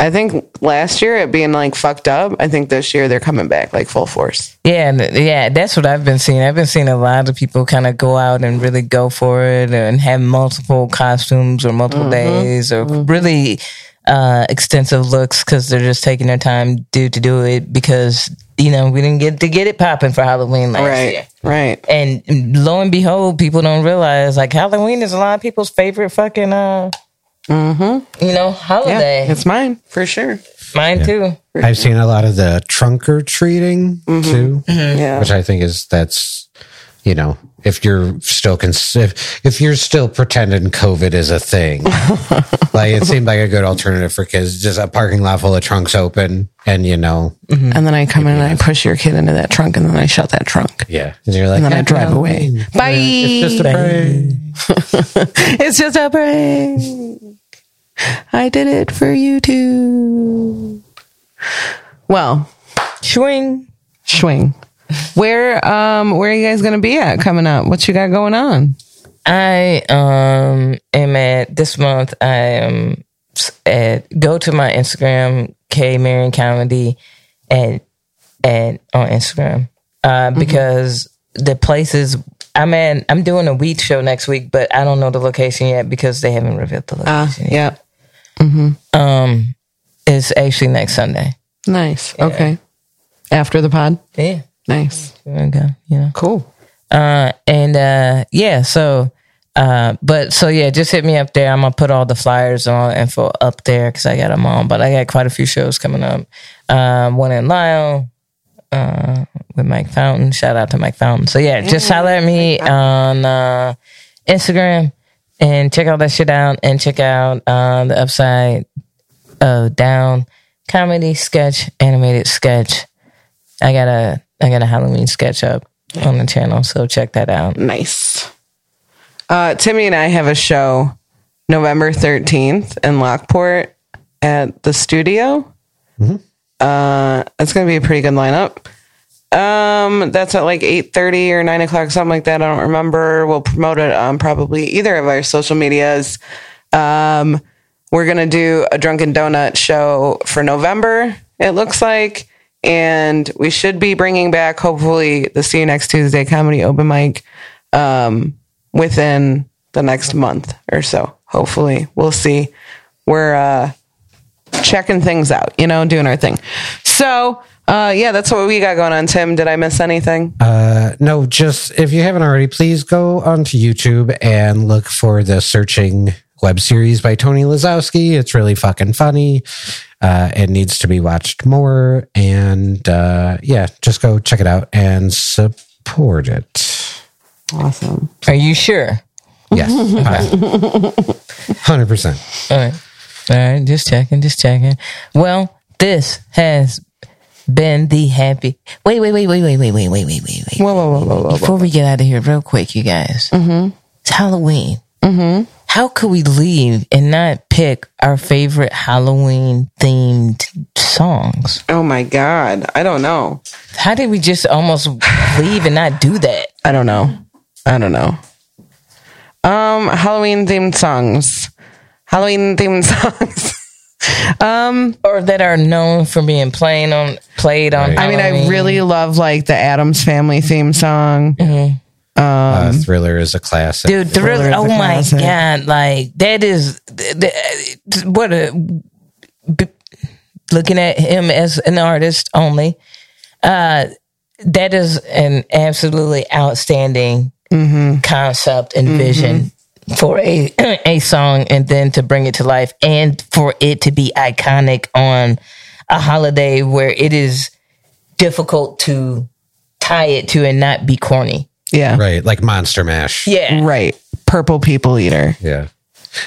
S3: I think last year it being like fucked up. I think this year they're coming back like full force.
S2: Yeah, and th- yeah, that's what I've been seeing. I've been seeing a lot of people kind of go out and really go for it and have multiple costumes or multiple
S3: Mm-hmm.
S2: days or really uh, extensive looks because they're just taking their time due to do it because you know we didn't get to get it popping for Halloween last year.
S3: right.
S2: And lo and behold, people don't realize like Halloween is a lot of people's favorite fucking uh, you know
S3: Mm-hmm. Yeah,
S2: holiday.
S3: it's mine for sure.
S2: Mine too.
S4: I've seen a lot of the trunk or treating
S3: Mm-hmm.
S4: too,
S3: Yeah,
S4: which I think is that's you know if you're still cons- if, if you're still pretending COVID is a thing, like it seemed like a good alternative for kids. Just a parking lot full of trunks open, and you know,
S3: and then I come in and I push your kid into that trunk, and then I shut that trunk,
S4: yeah, and you're like,
S3: and then I
S4: "Happy
S3: drive away.
S4: Halloween."
S3: Bye.
S4: It's just a parade.
S3: It's just a prank. I did it for you too. Well,
S2: Swing.
S3: swing. Where um where are you guys gonna be at coming up? What you got going on?
S2: I um am at this month. I am s- at go to my Instagram K Marion Comedy and and on Instagram uh, because the places I'm at. I'm doing a weed show next week, but I don't know the location yet because they haven't revealed the location.
S3: Uh, yeah.
S2: Um, it's actually next Sunday.
S3: Nice. Okay. After the pod.
S2: Yeah,
S3: Nice.
S2: there we go. You know.
S3: Cool.
S2: Uh, and uh, yeah, so uh, but so yeah, just hit me up there. I'm gonna put all the flyers and all the info up there because I got them on. But I got quite a few shows coming up. Um, one in Lyle uh, with Mike Fountain. Shout out to Mike Fountain. So yeah, just holler at me on uh, Instagram and check all that shit out and check out uh, the upside uh, down comedy sketch animated sketch. I got a I got a Halloween sketch up on the channel, so check that out.
S3: Nice. Uh Timmy and I have a show November 13th in Lockport at the studio. Uh it's gonna be a pretty good lineup. Um, that's at like eight thirty or nine o'clock, something like that. I don't remember. We'll promote it on probably either of our social medias. Um, we're gonna do a drunken donut show for November. It looks like, and we should be bringing back hopefully the See You Next Tuesday comedy open mic um, within the next month or so. Hopefully, we'll see. We're uh, checking things out, you know, doing our thing. So, uh, yeah, that's what we got going on. Tim, did I miss anything?
S4: Uh, no, just if you haven't already, please go onto YouTube and look for the searching web series by Tony Lazowski. It's really fucking funny. Uh, it needs to be watched more. And uh, yeah, just go check it out and support it.
S3: Awesome.
S2: Are you sure?
S4: Yes. Hundred percent.
S2: All right. All right. Just checking. Just checking. Well, this has been the happy. Wait, wait, wait, wait, wait, wait, wait, wait, wait, wait, wait.
S3: Whoa, whoa, whoa, whoa, whoa, whoa.
S2: Before we get out of here, real quick, you guys. Mm-hmm. It's Halloween. Mm-hmm. How could we leave and not pick our favorite Halloween themed songs?
S3: Oh my God. I don't know.
S2: How did we just almost leave and not do that?
S3: I don't know. I don't know. Um, Halloween themed songs. Halloween themed songs. um,
S2: Or that are known for being playing on played on.
S4: Right.
S3: I mean, I
S2: Halloween.
S3: really love like the Adams Family theme song.
S4: uh, Thriller is a classic.
S2: dude the
S3: Thriller
S2: real
S3: is
S2: oh
S3: a
S2: my
S3: classic.
S2: god like that is th- th- what a b- looking at him as an artist only uh that is an absolutely outstanding
S3: Mm-hmm.
S2: concept and vision for a a song and then to bring it to life and for it to be iconic on a holiday where it is difficult to tie it to and not be corny
S3: Yeah.
S4: Right, like Monster Mash.
S2: yeah
S3: Right. Purple People Eater.
S4: Yeah.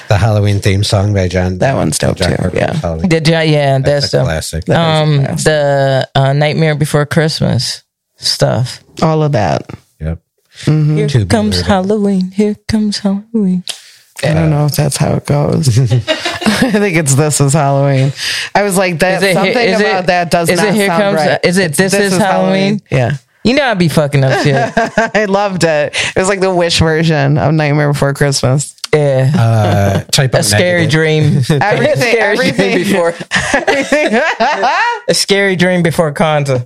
S4: The Halloween theme song by John.
S3: That one's dope,
S4: John
S3: too,
S4: Carpenter's
S3: yeah.
S4: Halloween.
S2: Did you, yeah, that's,
S4: That's a
S2: the
S4: classic.
S2: um the uh, Nightmare Before Christmas stuff.
S3: All of that.
S4: Yep.
S2: Here
S4: Tubular.
S2: comes Halloween. Here comes Halloween.
S3: I don't know if that's how it goes. I think it's this is Halloween. I was like that.
S2: Is it here-
S3: something
S2: is it-
S3: about that does
S2: is it
S3: not
S2: here
S3: sound
S2: comes-
S3: right.
S2: is it
S3: It's
S2: this is Halloween?
S3: Yeah,
S2: You know I'd be fucking up shit.
S3: I loved it. It was like the Wish version of Nightmare Before Christmas.
S2: Yeah.
S4: Uh, type
S2: a scary dream.
S3: Everything, everything.
S2: before a scary dream before Kwanzaa.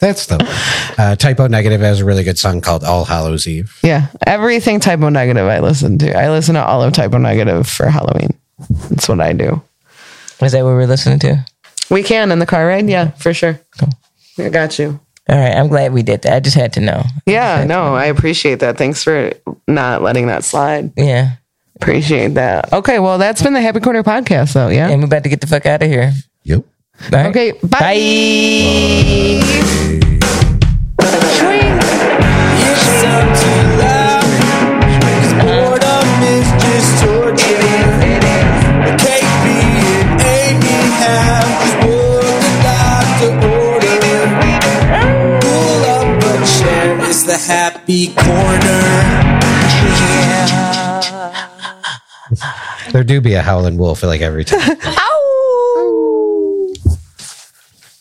S4: That's the one. Uh, typo negative has a really good song called All Hallows Eve.
S3: yeah, everything typo negative. I listen to. I listen to all of typo negative for Halloween. That's what I do.
S2: Is that what we're listening to?
S3: We can in the car ride. Yeah, for sure. I got you.
S2: All right, I'm glad we did that. I just had to know.
S3: Yeah, no, I appreciate that. Thanks for not letting that slide.
S2: Yeah.
S3: Appreciate that. Okay, well, that's been the Happy Corner podcast, though. Yeah.
S2: And we're about to get the fuck out of here.
S4: Yep.
S2: All right.
S3: Okay, bye.
S1: It's up to love. Boredom is just torture. It can't be in any hand. Just what the doctor ordered. Pull up a chair. It's the happy corner.
S4: There do be a howling wolf like every time.
S3: Ow!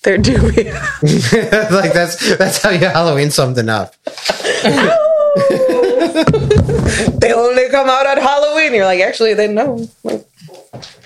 S3: They're doing.
S4: like that's that's how you Halloween something up.
S3: they only come out on Halloween. You're like, actually, they know. Like,